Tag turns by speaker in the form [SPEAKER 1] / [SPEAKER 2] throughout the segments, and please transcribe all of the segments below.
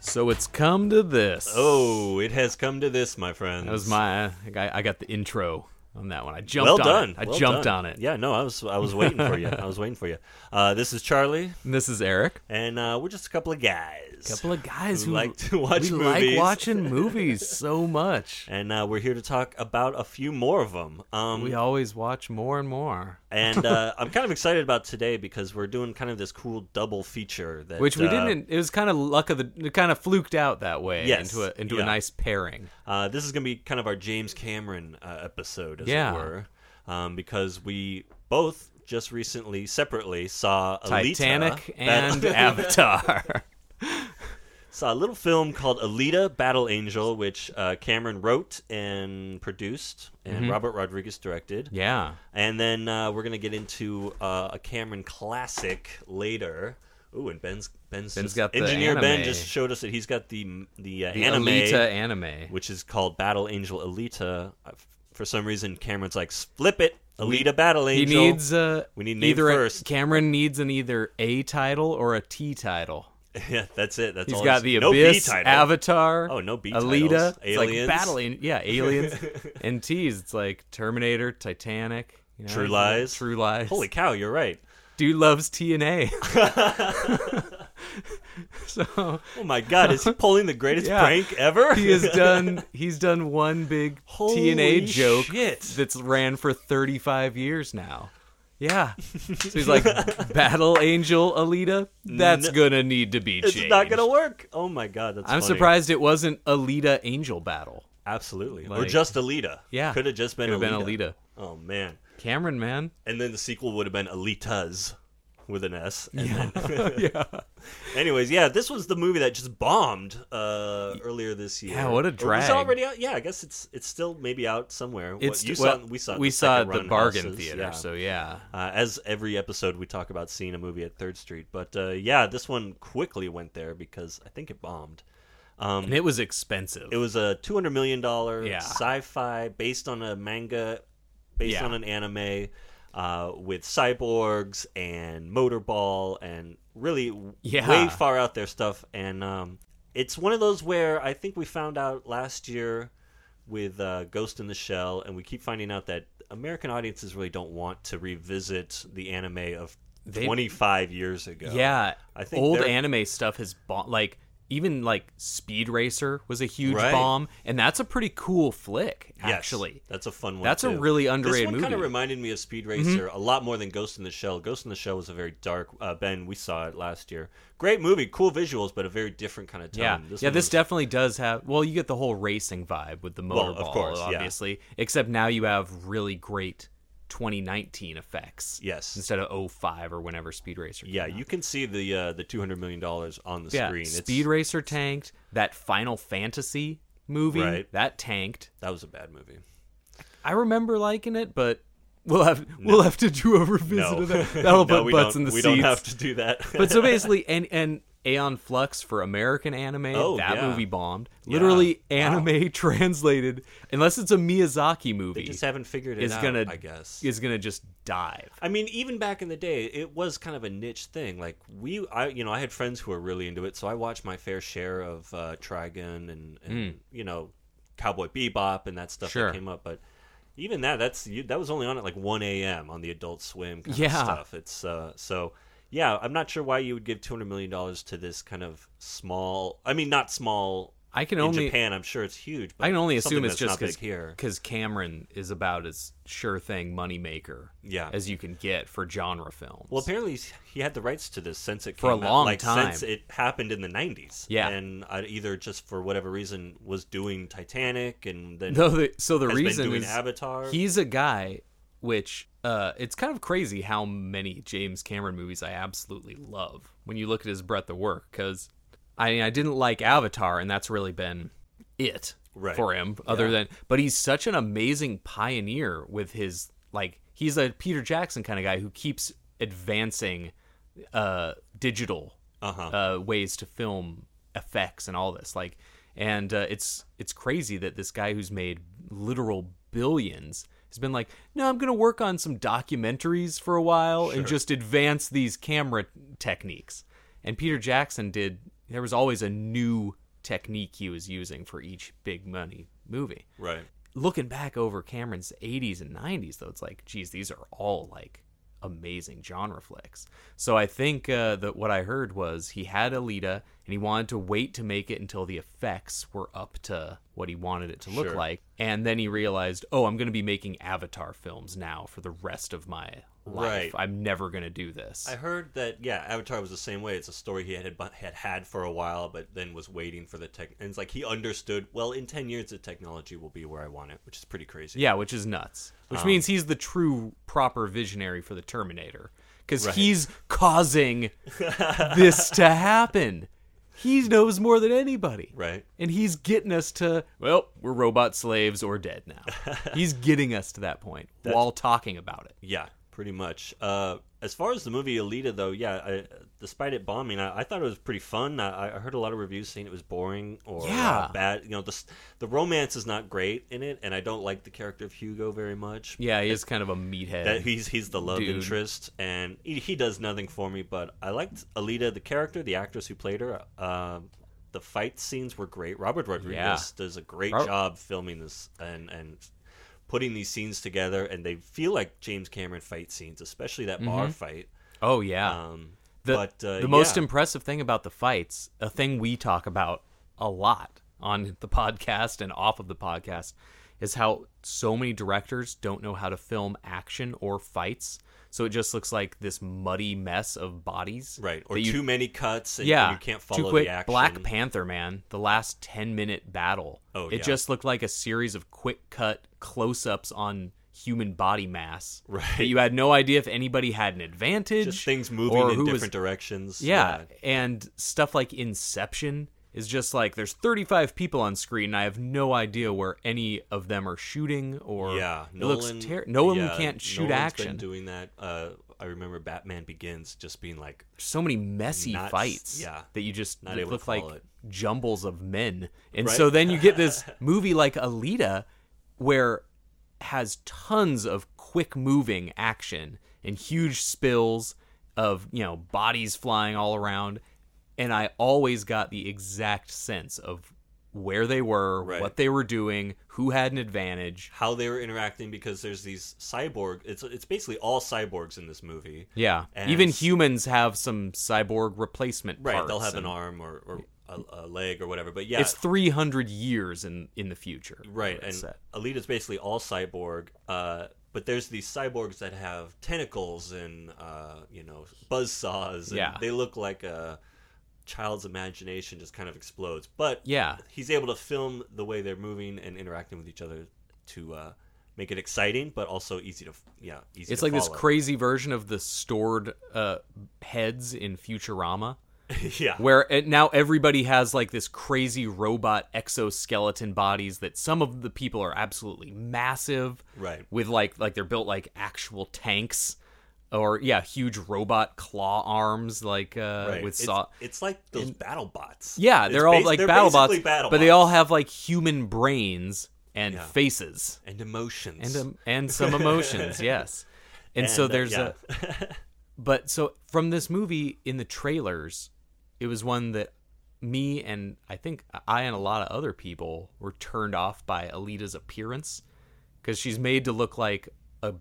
[SPEAKER 1] So it's come to this.
[SPEAKER 2] Oh, it has come to this, my friends.
[SPEAKER 1] That was my. I, I got the intro on that one. I jumped.
[SPEAKER 2] Well
[SPEAKER 1] on
[SPEAKER 2] done.
[SPEAKER 1] It. I
[SPEAKER 2] well
[SPEAKER 1] jumped
[SPEAKER 2] done.
[SPEAKER 1] on it.
[SPEAKER 2] Yeah, no, I was I was waiting for you. I was waiting for you. Uh, this is Charlie,
[SPEAKER 1] And this is Eric.
[SPEAKER 2] and uh, we're just a couple of guys.
[SPEAKER 1] couple of guys
[SPEAKER 2] who
[SPEAKER 1] who
[SPEAKER 2] like to watch
[SPEAKER 1] we
[SPEAKER 2] movies.
[SPEAKER 1] like watching movies so much.
[SPEAKER 2] And uh, we're here to talk about a few more of them. Um,
[SPEAKER 1] We always watch more and more,
[SPEAKER 2] and uh, I'm kind of excited about today because we're doing kind of this cool double feature that
[SPEAKER 1] which we
[SPEAKER 2] uh,
[SPEAKER 1] didn't. It was kind of luck of the. It kind of fluked out that way
[SPEAKER 2] Yes,
[SPEAKER 1] into a into
[SPEAKER 2] yeah.
[SPEAKER 1] a nice pairing.
[SPEAKER 2] Uh, this is going to be kind of our James Cameron uh, episode, as
[SPEAKER 1] Yeah.
[SPEAKER 2] it were, um, because we both just recently, separately, saw Alita,
[SPEAKER 1] Titanic
[SPEAKER 2] Bat-
[SPEAKER 1] and Avatar.
[SPEAKER 2] saw a little film called Alita: Battle Angel, which uh, Cameron wrote and produced, and Robert Rodriguez directed.
[SPEAKER 1] Mm-hmm. yeah.
[SPEAKER 2] And then uh, we're going to get into uh, a Cameron classic later. Ooh, and Ben's Ben's,
[SPEAKER 1] Ben's
[SPEAKER 2] just-
[SPEAKER 1] got the
[SPEAKER 2] engineer Ben
[SPEAKER 1] anime.
[SPEAKER 2] just showed us that he's got the the, uh,
[SPEAKER 1] The
[SPEAKER 2] anime
[SPEAKER 1] Alita anime.
[SPEAKER 2] which is called Battle Angel Alita. Uh, f- For some reason, Cameron's like, flip it, Alita Battle
[SPEAKER 1] He
[SPEAKER 2] Angel.
[SPEAKER 1] needs uh,
[SPEAKER 2] we need name
[SPEAKER 1] either a-
[SPEAKER 2] first.
[SPEAKER 1] Cameron needs an either a title or a T title.
[SPEAKER 2] yeah, that's it. That's
[SPEAKER 1] He's
[SPEAKER 2] all.
[SPEAKER 1] got
[SPEAKER 2] it's-
[SPEAKER 1] the
[SPEAKER 2] no B
[SPEAKER 1] Abyss,
[SPEAKER 2] title.
[SPEAKER 1] Avatar.
[SPEAKER 2] Oh, no B titles.
[SPEAKER 1] Alita. It's
[SPEAKER 2] Aliens.
[SPEAKER 1] like battling. Yeah, aliens and T's. It's like Terminator, Titanic. You know,
[SPEAKER 2] True
[SPEAKER 1] he's
[SPEAKER 2] Lies.
[SPEAKER 1] like, True Lies.
[SPEAKER 2] Holy cow, you're right.
[SPEAKER 1] dude loves TNA. so
[SPEAKER 2] Oh my god, is he pulling the greatest
[SPEAKER 1] Yeah.
[SPEAKER 2] prank ever?
[SPEAKER 1] he has done. He's done one big
[SPEAKER 2] Holy
[SPEAKER 1] TNA joke
[SPEAKER 2] shit.
[SPEAKER 1] that's ran for 35 years now. Yeah, so he's like Battle Angel Alita. That's
[SPEAKER 2] No.
[SPEAKER 1] gonna need to be
[SPEAKER 2] It's
[SPEAKER 1] changed.
[SPEAKER 2] not gonna work. Oh my god, that's.
[SPEAKER 1] I'm
[SPEAKER 2] funny.
[SPEAKER 1] surprised it wasn't Alita Angel Battle.
[SPEAKER 2] Absolutely, or
[SPEAKER 1] Like-
[SPEAKER 2] just Alita.
[SPEAKER 1] Yeah.
[SPEAKER 2] could have just been
[SPEAKER 1] Could've been
[SPEAKER 2] Alita.
[SPEAKER 1] Alita.
[SPEAKER 2] Oh man,
[SPEAKER 1] Cameron, man.
[SPEAKER 2] and then the sequel would have been Alita's with an S. And Then, Anyways, yeah, this was the movie that just bombed uh, earlier this year.
[SPEAKER 1] Yeah, what a
[SPEAKER 2] Or was it
[SPEAKER 1] drag.
[SPEAKER 2] already out. Yeah, I guess it's it's still maybe out somewhere. What
[SPEAKER 1] It's
[SPEAKER 2] you
[SPEAKER 1] well,
[SPEAKER 2] saw, we saw. it
[SPEAKER 1] we
[SPEAKER 2] the
[SPEAKER 1] saw it
[SPEAKER 2] second
[SPEAKER 1] at the
[SPEAKER 2] run
[SPEAKER 1] bargain
[SPEAKER 2] houses,
[SPEAKER 1] theater.
[SPEAKER 2] yeah.
[SPEAKER 1] So yeah,
[SPEAKER 2] Uh, as every episode, we talk about seeing a movie at Third Street, but uh, yeah, this one quickly went there because I think it bombed.
[SPEAKER 1] and it was expensive.
[SPEAKER 2] Um, It was a two hundred million dollar
[SPEAKER 1] Yeah.
[SPEAKER 2] sci-fi based on a manga, based
[SPEAKER 1] Yeah.
[SPEAKER 2] on an anime, uh, with cyborgs and motorball and really w-
[SPEAKER 1] Yeah.
[SPEAKER 2] way far out there stuff. And um, it's one of those where I think we found out last year with uh, Ghost in the Shell, and we keep finding out that American audiences really don't want to revisit the anime of
[SPEAKER 1] They-
[SPEAKER 2] twenty five years ago.
[SPEAKER 1] Yeah,
[SPEAKER 2] I think
[SPEAKER 1] old
[SPEAKER 2] they're-
[SPEAKER 1] anime stuff has bom- like even like Speed Racer was a huge
[SPEAKER 2] Right.
[SPEAKER 1] bomb, and that's a pretty cool flick actually.
[SPEAKER 2] Yes, that's a fun one.
[SPEAKER 1] That's a
[SPEAKER 2] too.
[SPEAKER 1] really underrated
[SPEAKER 2] This one kind of
[SPEAKER 1] movie. Mm-hmm.
[SPEAKER 2] reminded me of Speed Racer a lot more than Ghost in the Shell. Ghost in the Shell was a very dark. Uh, ben, we saw it last year. Great movie, cool visuals, but a very different kind of tone.
[SPEAKER 1] yeah,
[SPEAKER 2] this
[SPEAKER 1] yeah.
[SPEAKER 2] one
[SPEAKER 1] This
[SPEAKER 2] was-
[SPEAKER 1] definitely does have. Well, you get the whole racing vibe with the
[SPEAKER 2] Well, of
[SPEAKER 1] motorball,
[SPEAKER 2] course, yeah.
[SPEAKER 1] obviously. Except now you have really great 2019 effects.
[SPEAKER 2] Yes.
[SPEAKER 1] instead of 05 or whenever Speed Racer.
[SPEAKER 2] Yeah,
[SPEAKER 1] came out.
[SPEAKER 2] you can see the uh, the two hundred million dollars on the
[SPEAKER 1] yeah.
[SPEAKER 2] screen. It's-
[SPEAKER 1] Speed Racer tanked. That Final Fantasy movie
[SPEAKER 2] Right.
[SPEAKER 1] that tanked.
[SPEAKER 2] That was a bad movie.
[SPEAKER 1] I remember liking it, but we'll have we'll have to do a revisit
[SPEAKER 2] No,
[SPEAKER 1] of that. That'll
[SPEAKER 2] No,
[SPEAKER 1] put
[SPEAKER 2] we
[SPEAKER 1] butts
[SPEAKER 2] don't-
[SPEAKER 1] in the
[SPEAKER 2] We
[SPEAKER 1] seats.
[SPEAKER 2] don't have to do that.
[SPEAKER 1] but so basically, and and Aeon Flux for American anime,
[SPEAKER 2] Oh,
[SPEAKER 1] that
[SPEAKER 2] yeah.
[SPEAKER 1] movie bombed. Literally, anime translated, unless it's a Miyazaki movie,
[SPEAKER 2] they just haven't figured it
[SPEAKER 1] is
[SPEAKER 2] out.
[SPEAKER 1] gonna
[SPEAKER 2] I guess
[SPEAKER 1] is gonna just dive.
[SPEAKER 2] I mean, even back in the day, it was kind of a niche thing. Like we, I, you know, I had friends who were really into it, so I watched my fair share of uh, Trigun and, and you know, Cowboy Bebop and that stuff
[SPEAKER 1] Hmm. Sure.
[SPEAKER 2] that came up. But even that, that's you, that was only on at like one a.m. on the Adult Swim kind of
[SPEAKER 1] Yeah.
[SPEAKER 2] stuff. It's uh, so yeah. I'm not sure why you would give two hundred million dollars to this kind of small. I mean, not small.
[SPEAKER 1] I can
[SPEAKER 2] in
[SPEAKER 1] only
[SPEAKER 2] Japan, I'm sure it's huge. But
[SPEAKER 1] I can only
[SPEAKER 2] something
[SPEAKER 1] assume it's
[SPEAKER 2] that's
[SPEAKER 1] just
[SPEAKER 2] not big here.
[SPEAKER 1] because Cameron is about as sure thing moneymaker
[SPEAKER 2] Yeah.
[SPEAKER 1] as you can get for genre films.
[SPEAKER 2] Well, apparently he's- he had the rights to this since it
[SPEAKER 1] For a
[SPEAKER 2] came out,
[SPEAKER 1] long
[SPEAKER 2] like, Since
[SPEAKER 1] time.
[SPEAKER 2] it happened in the '90s,
[SPEAKER 1] Yeah.
[SPEAKER 2] and I either just for whatever reason was doing Titanic, and then
[SPEAKER 1] No, the, so the
[SPEAKER 2] has been
[SPEAKER 1] reason
[SPEAKER 2] doing
[SPEAKER 1] is
[SPEAKER 2] Avatar.
[SPEAKER 1] He's a guy which uh, it's kind of crazy how many James Cameron movies I absolutely love when you look at his breadth of work. Because I I didn't like Avatar, and that's really been it
[SPEAKER 2] Right.
[SPEAKER 1] for him other than but he's such an amazing pioneer with his like he's a Peter Jackson kind of guy who keeps advancing uh digital
[SPEAKER 2] Uh-huh.
[SPEAKER 1] uh, ways to film effects and all this like and uh, it's it's crazy that this guy who's made literal billions has been like no i'm going to work on some documentaries for a while and just advance these camera techniques and peter jackson did there was always a new technique he was using for each big money movie
[SPEAKER 2] Right.
[SPEAKER 1] looking back over Cameron's 80s and 90s, though, it's like, geez, these are all like amazing genre flicks. So I think uh, that what I heard was he had Alita and he wanted to wait to make it until the effects were up to what he wanted it to look
[SPEAKER 2] Sure.
[SPEAKER 1] like. And then he realized, oh, I'm going to be making Avatar films now for the rest of my life.
[SPEAKER 2] Right.
[SPEAKER 1] I'm never going to do this.
[SPEAKER 2] I heard that yeah, Avatar was the same way. It's a story he had had had for a while, but then was waiting for the tech. And it's like he understood. Well, in ten years, the technology will be where I want it, which is pretty crazy.
[SPEAKER 1] Yeah, which is nuts.
[SPEAKER 2] Um,
[SPEAKER 1] Which means he's the true proper visionary for the Terminator because
[SPEAKER 2] Right.
[SPEAKER 1] he's causing this to happen. He knows more than anybody.
[SPEAKER 2] Right.
[SPEAKER 1] And he's getting us to, well, we're robot slaves or dead now. he's getting us to that point while talking about it.
[SPEAKER 2] Yeah, pretty much. Uh, as far as the movie Alita, though, yeah, I, despite it bombing, I, I thought it was pretty fun. I, I heard a lot of reviews saying it was boring or uh,
[SPEAKER 1] Yeah.
[SPEAKER 2] bad. You know, the s- the romance is not great in it, and I don't like the character of Hugo very much.
[SPEAKER 1] Yeah, he is kind of a meathead.
[SPEAKER 2] That he's he's the love
[SPEAKER 1] Dude.
[SPEAKER 2] interest, and he, he does nothing for me. But I liked Alita, the character, the actress who played her. Um the fight scenes were great. Robert Rodriguez
[SPEAKER 1] Yeah.
[SPEAKER 2] does a great
[SPEAKER 1] Ro-
[SPEAKER 2] job filming this and and putting these scenes together, and they feel like James Cameron fight scenes, especially that bar fight.
[SPEAKER 1] oh, yeah.
[SPEAKER 2] Um,
[SPEAKER 1] The,
[SPEAKER 2] but uh,
[SPEAKER 1] the most
[SPEAKER 2] yeah.
[SPEAKER 1] impressive thing about the fights, a thing we talk about a lot on the podcast and off of the podcast, is how so many directors don't know how to film action or fights. So it just looks like this muddy mess of bodies.
[SPEAKER 2] right or
[SPEAKER 1] that you-
[SPEAKER 2] too many cuts, and,
[SPEAKER 1] yeah,
[SPEAKER 2] and you can't follow
[SPEAKER 1] too quick.
[SPEAKER 2] the action.
[SPEAKER 1] Black Panther, man, the last ten minute battle.
[SPEAKER 2] Oh,
[SPEAKER 1] it
[SPEAKER 2] yeah.
[SPEAKER 1] just looked like a series of quick cut close ups on human body mass. That
[SPEAKER 2] Right.
[SPEAKER 1] you had no idea if anybody had an advantage.
[SPEAKER 2] just things moving
[SPEAKER 1] or
[SPEAKER 2] in
[SPEAKER 1] who
[SPEAKER 2] different
[SPEAKER 1] was
[SPEAKER 2] directions.
[SPEAKER 1] yeah. And stuff like Inception is just like there's 35 people on screen. And I have no idea where any of them are shooting or
[SPEAKER 2] Yeah,
[SPEAKER 1] it looks ter- Nolan
[SPEAKER 2] yeah,
[SPEAKER 1] can't shoot
[SPEAKER 2] Nolan's
[SPEAKER 1] action.
[SPEAKER 2] Been doing that. Uh, I remember Batman Begins just being like,
[SPEAKER 1] so many messy
[SPEAKER 2] Not-
[SPEAKER 1] fights
[SPEAKER 2] yeah.
[SPEAKER 1] that you just
[SPEAKER 2] Not
[SPEAKER 1] that
[SPEAKER 2] able to
[SPEAKER 1] look like
[SPEAKER 2] follow it.
[SPEAKER 1] jumbles of men. And
[SPEAKER 2] Right.
[SPEAKER 1] so then you get this movie like Alita where has tons of quick moving action and huge spills of, you know, bodies flying all around and I always got the exact sense of where they were,
[SPEAKER 2] Right.
[SPEAKER 1] what they were doing, who had an advantage.
[SPEAKER 2] how they were interacting because there's these cyborg. It's it's basically all cyborgs in this movie.
[SPEAKER 1] Yeah.
[SPEAKER 2] And
[SPEAKER 1] Even
[SPEAKER 2] s-
[SPEAKER 1] humans have some cyborg replacement
[SPEAKER 2] Right,
[SPEAKER 1] parts
[SPEAKER 2] they'll have
[SPEAKER 1] and-
[SPEAKER 2] an arm or, or a, a leg or whatever. But yeah,
[SPEAKER 1] It's 300 years in in the future.
[SPEAKER 2] right.
[SPEAKER 1] where
[SPEAKER 2] And
[SPEAKER 1] it's set.
[SPEAKER 2] Alita's basically all cyborg. Uh, but there's these cyborgs that have tentacles and uh, you know buzz saws. And
[SPEAKER 1] Yeah.
[SPEAKER 2] they look like a child's imagination just kind of explodes. But
[SPEAKER 1] yeah,
[SPEAKER 2] he's able to film the way they're moving and interacting with each other to uh, make it exciting, but also easy to yeah. Easy
[SPEAKER 1] it's
[SPEAKER 2] to
[SPEAKER 1] like this
[SPEAKER 2] follow.
[SPEAKER 1] crazy version of the stored uh, heads in Futurama,
[SPEAKER 2] yeah.
[SPEAKER 1] where it, now everybody has like this crazy robot exoskeleton bodies that some of the people are absolutely massive,
[SPEAKER 2] Right.
[SPEAKER 1] With like like they're built like actual tanks, or yeah, huge robot claw arms like uh,
[SPEAKER 2] Right.
[SPEAKER 1] with
[SPEAKER 2] it's,
[SPEAKER 1] saw.
[SPEAKER 2] it's like those battle bots.
[SPEAKER 1] Yeah,
[SPEAKER 2] It's
[SPEAKER 1] they're all
[SPEAKER 2] bas-
[SPEAKER 1] like
[SPEAKER 2] they're
[SPEAKER 1] battle bots,
[SPEAKER 2] basically battle
[SPEAKER 1] but they
[SPEAKER 2] bots.
[SPEAKER 1] all have like human brains and
[SPEAKER 2] Yeah.
[SPEAKER 1] faces.
[SPEAKER 2] and emotions
[SPEAKER 1] and um, and some emotions, yes. And, so
[SPEAKER 2] And, uh,
[SPEAKER 1] there's
[SPEAKER 2] yeah.
[SPEAKER 1] a but so from this movie in the trailers, it was one that me and I think I and a lot of other people were turned off by Alita's appearance because she's made to look like a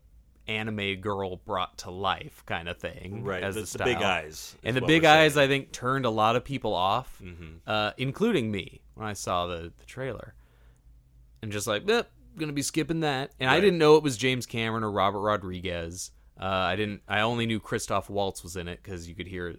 [SPEAKER 1] anime girl brought to life kind of thing,
[SPEAKER 2] right.
[SPEAKER 1] As
[SPEAKER 2] the,
[SPEAKER 1] the,
[SPEAKER 2] the big
[SPEAKER 1] style.
[SPEAKER 2] eyes is
[SPEAKER 1] and the
[SPEAKER 2] what
[SPEAKER 1] big
[SPEAKER 2] we're saying. Mm-hmm.
[SPEAKER 1] eyes I think turned a lot of people off, uh, including me when I saw the the trailer, and just like, yep, gonna be skipping that. And I
[SPEAKER 2] Right.
[SPEAKER 1] didn't know it was James Cameron or Robert Rodriguez. Uh, I didn't. I only knew Christoph Waltz was in it because you could hear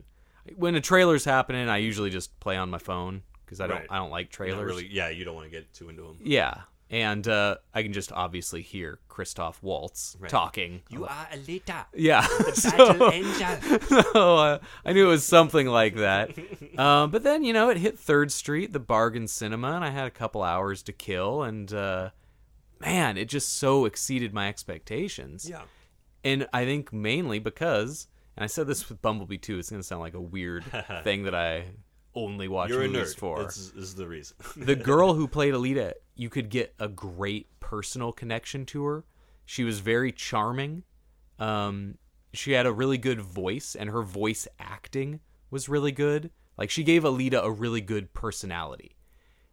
[SPEAKER 1] when a trailer's happening. I usually just play on my phone because I don't.
[SPEAKER 2] Right.
[SPEAKER 1] I don't like
[SPEAKER 2] Not
[SPEAKER 1] trailers.
[SPEAKER 2] really. Yeah, you don't want to get too into them.
[SPEAKER 1] Yeah. and uh, I can just obviously hear Christoph Waltz talking.
[SPEAKER 2] are a leader.
[SPEAKER 1] yeah,
[SPEAKER 2] Battle angel.
[SPEAKER 1] so uh, I knew it was something like that. Um, but then you know it hit Third Street, the bargain cinema, and I had a couple hours to kill. And uh, man, it just so exceeded my expectations.
[SPEAKER 2] Yeah.
[SPEAKER 1] and I think mainly because, and I said this with Bumblebee too. It's gonna sound like a weird thing that I only watch
[SPEAKER 2] You're a
[SPEAKER 1] movies
[SPEAKER 2] nerd.
[SPEAKER 1] for.
[SPEAKER 2] This is, this is the reason.
[SPEAKER 1] the girl who played Alita, you could get a great personal connection to her. She was very charming. Um, she had a really good voice, and her voice acting was really good. Like she gave Alita a really good personality.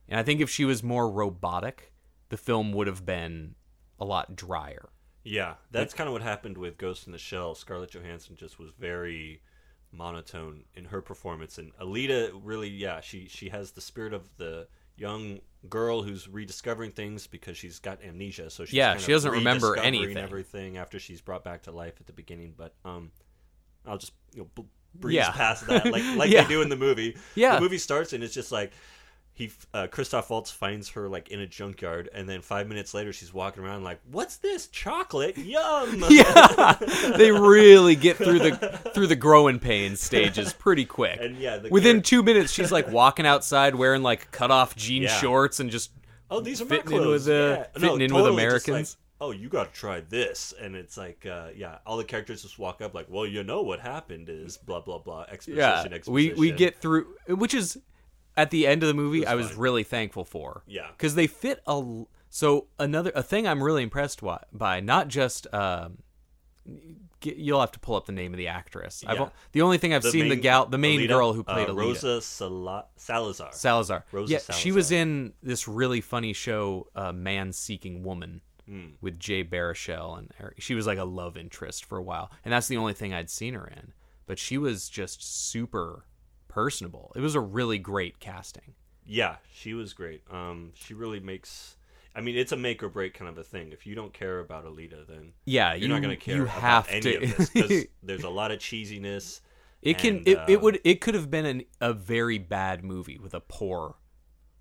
[SPEAKER 1] And I think if she was more robotic, the film would have been a lot drier.
[SPEAKER 2] yeah, that's kind of what happened with Ghost in the Shell. Scarlett Johansson just was very monotone in her performance, and Alita really, yeah, she she has the spirit of the young girl who's rediscovering things because she's got amnesia, so she's
[SPEAKER 1] Yeah,
[SPEAKER 2] kind
[SPEAKER 1] she
[SPEAKER 2] of
[SPEAKER 1] doesn't remember
[SPEAKER 2] rediscovering
[SPEAKER 1] anything.
[SPEAKER 2] Everything after she's brought back to life at the beginning, but um, I'll just you know. B- breeze
[SPEAKER 1] Yeah.
[SPEAKER 2] past that like like
[SPEAKER 1] Yeah.
[SPEAKER 2] they do in the movie
[SPEAKER 1] Yeah.
[SPEAKER 2] the movie starts and it's just like he uh, Christoph Waltz finds her like in a junkyard, and then five minutes later she's walking around like, "What's this chocolate? Yum!"
[SPEAKER 1] Yeah, they really get through the through the growing pains stages pretty quick.
[SPEAKER 2] And yeah, the
[SPEAKER 1] within
[SPEAKER 2] carrot-
[SPEAKER 1] two minutes, she's like walking outside wearing like cut off jean
[SPEAKER 2] Yeah.
[SPEAKER 1] shorts and just
[SPEAKER 2] Oh, these are my
[SPEAKER 1] fitting in
[SPEAKER 2] clothes.
[SPEAKER 1] with, uh,
[SPEAKER 2] Yeah.
[SPEAKER 1] fitting in with
[SPEAKER 2] totally, just like,
[SPEAKER 1] Americans.
[SPEAKER 2] oh, you got to try this, and it's like, uh, yeah, all the characters just walk up like, "Well, you know what happened is blah blah blah." Exposition.
[SPEAKER 1] yeah.
[SPEAKER 2] exposition.
[SPEAKER 1] We we get through, which is at the end of the movie. I was really thankful for.
[SPEAKER 2] Yeah.
[SPEAKER 1] because they fit a. l- So another a thing I'm really impressed wi- by, not just. Um, g- You'll have to pull up the name of the actress. I've,
[SPEAKER 2] Yeah.
[SPEAKER 1] o- the only thing I've seen the gal, the main
[SPEAKER 2] Alita,
[SPEAKER 1] girl who played
[SPEAKER 2] uh,
[SPEAKER 1] Alita,
[SPEAKER 2] Rosa Sala- Salazar.
[SPEAKER 1] Salazar.
[SPEAKER 2] Rosa
[SPEAKER 1] yeah, she was
[SPEAKER 2] Salazar.
[SPEAKER 1] in this really funny show, uh, Man Seeking Woman,
[SPEAKER 2] Hmm.
[SPEAKER 1] with Jay Baruchel, and her, she was like a love interest for a while, and that's the only thing I'd seen her in. But she was just super personable. It was a really great casting.
[SPEAKER 2] Yeah, she was great. Um, she really makes. I mean, it's a make or break kind of a thing. If you don't care about Alita, then you're
[SPEAKER 1] Yeah, Uh, you-
[SPEAKER 2] not going to care
[SPEAKER 1] you
[SPEAKER 2] about
[SPEAKER 1] have
[SPEAKER 2] any
[SPEAKER 1] to.
[SPEAKER 2] of this 'cause there's a lot of cheesiness.
[SPEAKER 1] It can.
[SPEAKER 2] and,
[SPEAKER 1] it, it
[SPEAKER 2] um,
[SPEAKER 1] would. It could have been an, a very bad movie with a poor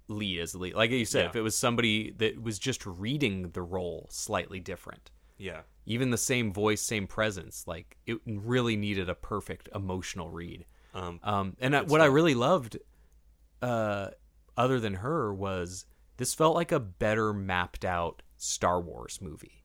[SPEAKER 1] lead as the lead. Like you said,
[SPEAKER 2] Yeah.
[SPEAKER 1] if it was somebody that was just reading the role slightly different,
[SPEAKER 2] Yeah,
[SPEAKER 1] even the same voice, same presence. Like it really needed a perfect emotional read.
[SPEAKER 2] um,
[SPEAKER 1] Um, and I, what I really loved, uh, other than her, was this felt like a better mapped out Star Wars movie.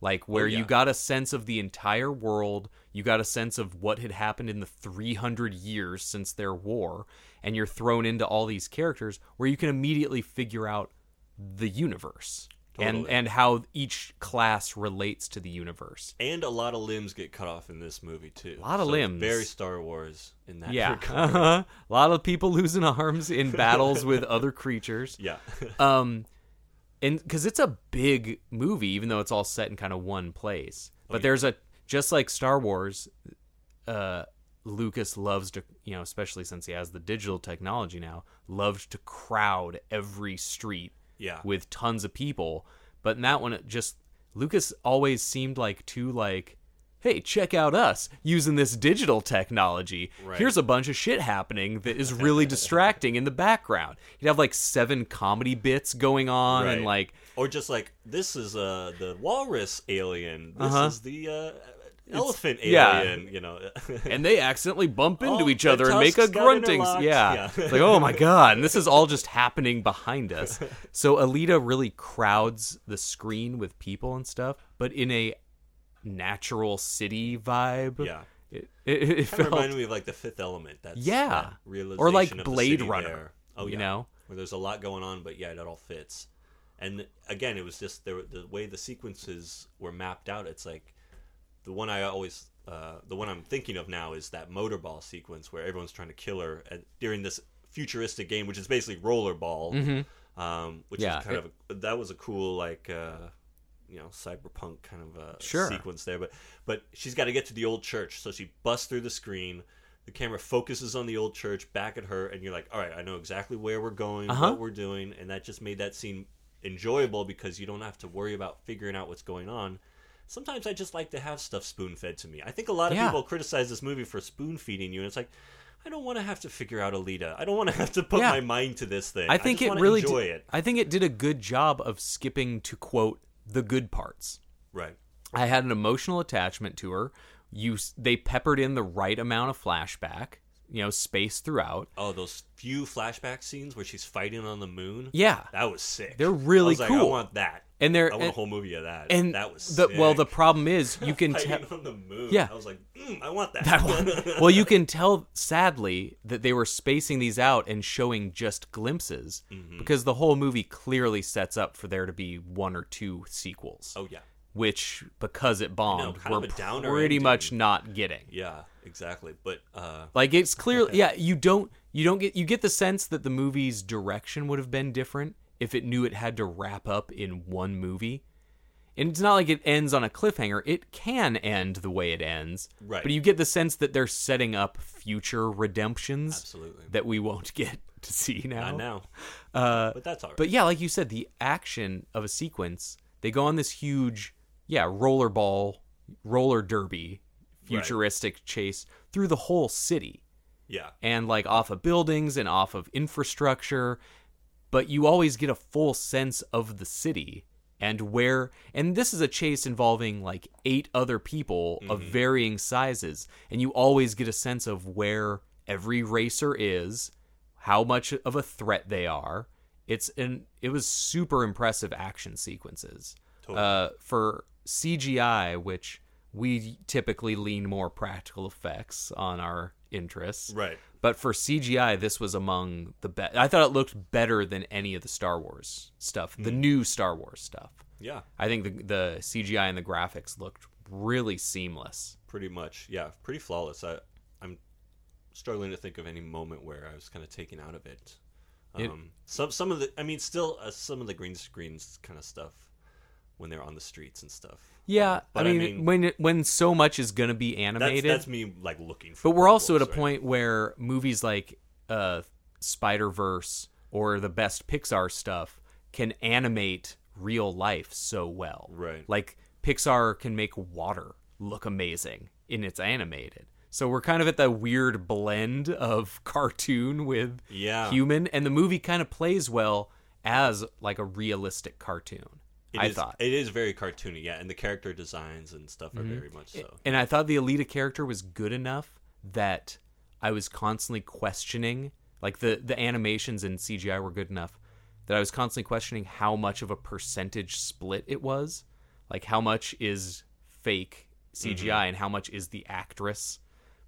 [SPEAKER 1] Like where you
[SPEAKER 2] Oh, yeah.
[SPEAKER 1] got a sense of the entire world, you got a sense of what had happened in the 300 years since their war, and you're thrown into all these characters where you can immediately figure out the universe and
[SPEAKER 2] Totally.
[SPEAKER 1] and how each class relates to the universe.
[SPEAKER 2] and a lot of limbs get cut off in this movie too. A
[SPEAKER 1] Lot of limbs.
[SPEAKER 2] Very Star Wars in that.
[SPEAKER 1] Yeah,
[SPEAKER 2] regard.
[SPEAKER 1] uh-huh. a lot of people losing arms in battles with other creatures.
[SPEAKER 2] yeah,
[SPEAKER 1] um and because it's a big movie even though it's all set in kind of one place but there's a just like star wars uh lucas loves to you know especially since he has the digital technology now loved to crowd every street
[SPEAKER 2] yeah.
[SPEAKER 1] with tons of people but in that one it just lucas always seemed like too like hey check out us using this digital technology
[SPEAKER 2] Right.
[SPEAKER 1] here's a bunch of shit happening that is really distracting in the background he'd have like seven comedy bits going on and
[SPEAKER 2] Right.
[SPEAKER 1] like
[SPEAKER 2] or just like this is uh the walrus alien. This
[SPEAKER 1] Uh-huh.
[SPEAKER 2] is the uh, elephant
[SPEAKER 1] yeah.
[SPEAKER 2] alien. You know.
[SPEAKER 1] and they accidentally bump into
[SPEAKER 2] Oh,
[SPEAKER 1] each
[SPEAKER 2] the
[SPEAKER 1] other and make a
[SPEAKER 2] tusks got
[SPEAKER 1] grunting s-
[SPEAKER 2] interlocked.
[SPEAKER 1] yeah,
[SPEAKER 2] Yeah.
[SPEAKER 1] It's like oh my god and this is all just happening behind us so alita really crowds the screen with people and stuff but in a natural city vibe
[SPEAKER 2] yeah.
[SPEAKER 1] it, it, it
[SPEAKER 2] Kind
[SPEAKER 1] felt
[SPEAKER 2] of reminded me of like the Fifth Element. That's
[SPEAKER 1] Yeah.
[SPEAKER 2] that
[SPEAKER 1] Or
[SPEAKER 2] realization
[SPEAKER 1] like
[SPEAKER 2] of the
[SPEAKER 1] Blade
[SPEAKER 2] city
[SPEAKER 1] Runner,
[SPEAKER 2] there. Oh,
[SPEAKER 1] you
[SPEAKER 2] yeah.
[SPEAKER 1] know?
[SPEAKER 2] where there's a lot going on, but yeah, it all fits. And again, it was just the, the way the sequences were mapped out. It's like the one I always, uh, the one I'm thinking of now is that motorball sequence where everyone's trying to kill her at, during this futuristic game, which is basically rollerball. Um, which
[SPEAKER 1] Mm-hmm. Yeah,
[SPEAKER 2] is kind
[SPEAKER 1] it-
[SPEAKER 2] of a, that was a cool like. Uh, you know, cyberpunk kind of a
[SPEAKER 1] Sure.
[SPEAKER 2] sequence there, but but she's got to get to the old church, so she busts through the screen. The camera focuses on the old church, back at her, and you're like, "All right, I know exactly where we're going,
[SPEAKER 1] Uh-huh.
[SPEAKER 2] what we're doing," and that just made that scene enjoyable because you don't have to worry about figuring out what's going on. Sometimes I just like to have stuff spoon fed to me. I think a lot of
[SPEAKER 1] Yeah.
[SPEAKER 2] people criticize this movie for spoon feeding you, and it's like, I don't want to have to figure out Alita. I don't want to have to put
[SPEAKER 1] Yeah.
[SPEAKER 2] my mind to this thing.
[SPEAKER 1] I think
[SPEAKER 2] just
[SPEAKER 1] it
[SPEAKER 2] wanna
[SPEAKER 1] really
[SPEAKER 2] enjoy
[SPEAKER 1] did,
[SPEAKER 2] it.
[SPEAKER 1] I think it did a good job of skipping to quote the good parts.
[SPEAKER 2] Right.
[SPEAKER 1] I had an emotional attachment to her. You s- they peppered in the right amount of flashback, you know, space throughout.
[SPEAKER 2] Oh, those few flashback scenes where she's fighting on the moon.
[SPEAKER 1] Yeah.
[SPEAKER 2] That was sick.
[SPEAKER 1] They're
[SPEAKER 2] I
[SPEAKER 1] really
[SPEAKER 2] was like, I
[SPEAKER 1] cool.
[SPEAKER 2] want that.
[SPEAKER 1] And they're
[SPEAKER 2] I want
[SPEAKER 1] and,
[SPEAKER 2] a whole movie of that.
[SPEAKER 1] and
[SPEAKER 2] that was
[SPEAKER 1] the,
[SPEAKER 2] sick.
[SPEAKER 1] well the problem is you can tell
[SPEAKER 2] fighting on the moon.
[SPEAKER 1] Yeah.
[SPEAKER 2] I was like, mm, I want that.
[SPEAKER 1] that one. Well, you can tell sadly that they were spacing these out and showing just glimpses
[SPEAKER 2] Mm-hmm.
[SPEAKER 1] because the whole movie clearly sets up for there to be one or two sequels,
[SPEAKER 2] oh yeah,
[SPEAKER 1] which because it bombed,
[SPEAKER 2] kind
[SPEAKER 1] we're
[SPEAKER 2] of a downer
[SPEAKER 1] pretty
[SPEAKER 2] ending.
[SPEAKER 1] much not getting.
[SPEAKER 2] yeah, exactly. But uh,
[SPEAKER 1] Like it's clear, yeah. You don't, you don't get, you get the sense that the movie's direction would have been different if it knew it had to wrap up in one movie. And it's not like it ends on a cliffhanger. It can end the way it ends,
[SPEAKER 2] Right.
[SPEAKER 1] But you get the sense that they're setting up future redemptions,
[SPEAKER 2] Absolutely.
[SPEAKER 1] that we won't get to see now. Uh,
[SPEAKER 2] not now. but that's all right.
[SPEAKER 1] But yeah, like you said, the action of a sequence, they go on this huge, yeah, rollerball, roller derby, futuristic chase through the whole city
[SPEAKER 2] yeah,
[SPEAKER 1] and like off of buildings and off of infrastructure but you always get a full sense of the city and where and this is a chase involving like eight other people of varying sizes and you always get a sense of where every racer is how much of a threat they are it's an it was super impressive action sequences uh, for cgi which we typically lean more practical effects on our interests
[SPEAKER 2] right.
[SPEAKER 1] but for CGI, this was among the best. I thought it looked better than any of the Star Wars stuff, the new Star Wars stuff.
[SPEAKER 2] Yeah,
[SPEAKER 1] I think the the CGI and the graphics looked really seamless.
[SPEAKER 2] pretty much. Yeah, pretty flawless. I, I'm struggling to think of any moment where I was kind of taken out of it.
[SPEAKER 1] It-
[SPEAKER 2] Um, some some of the, I mean, still uh, some of the green screens kind of stuff when they're on the streets and stuff.
[SPEAKER 1] Yeah,
[SPEAKER 2] But
[SPEAKER 1] I,
[SPEAKER 2] I
[SPEAKER 1] mean,
[SPEAKER 2] mean-
[SPEAKER 1] when it, when so much is gonna be
[SPEAKER 2] That's,
[SPEAKER 1] animated,
[SPEAKER 2] that's me like looking for.
[SPEAKER 1] but we're also at a
[SPEAKER 2] visuals, right?
[SPEAKER 1] point where movies like uh, Spider Verse or the best Pixar stuff can animate real life so well.
[SPEAKER 2] Right.
[SPEAKER 1] Like Pixar can make water look amazing in its animated. So we're kind of at that weird blend of cartoon with
[SPEAKER 2] Yeah.
[SPEAKER 1] human, and the movie kind of plays well as like a realistic cartoon.
[SPEAKER 2] It
[SPEAKER 1] I
[SPEAKER 2] is-
[SPEAKER 1] thought Mm-hmm.
[SPEAKER 2] it is very cartoony, yeah, and the character designs and stuff are very much so.
[SPEAKER 1] And I thought the Alita character was good enough that I was constantly questioning, like the the animations and CGI were good enough that I was constantly questioning how much of a percentage split it was, like how much is fake CGI
[SPEAKER 2] Mm-hmm.
[SPEAKER 1] and how much is the actress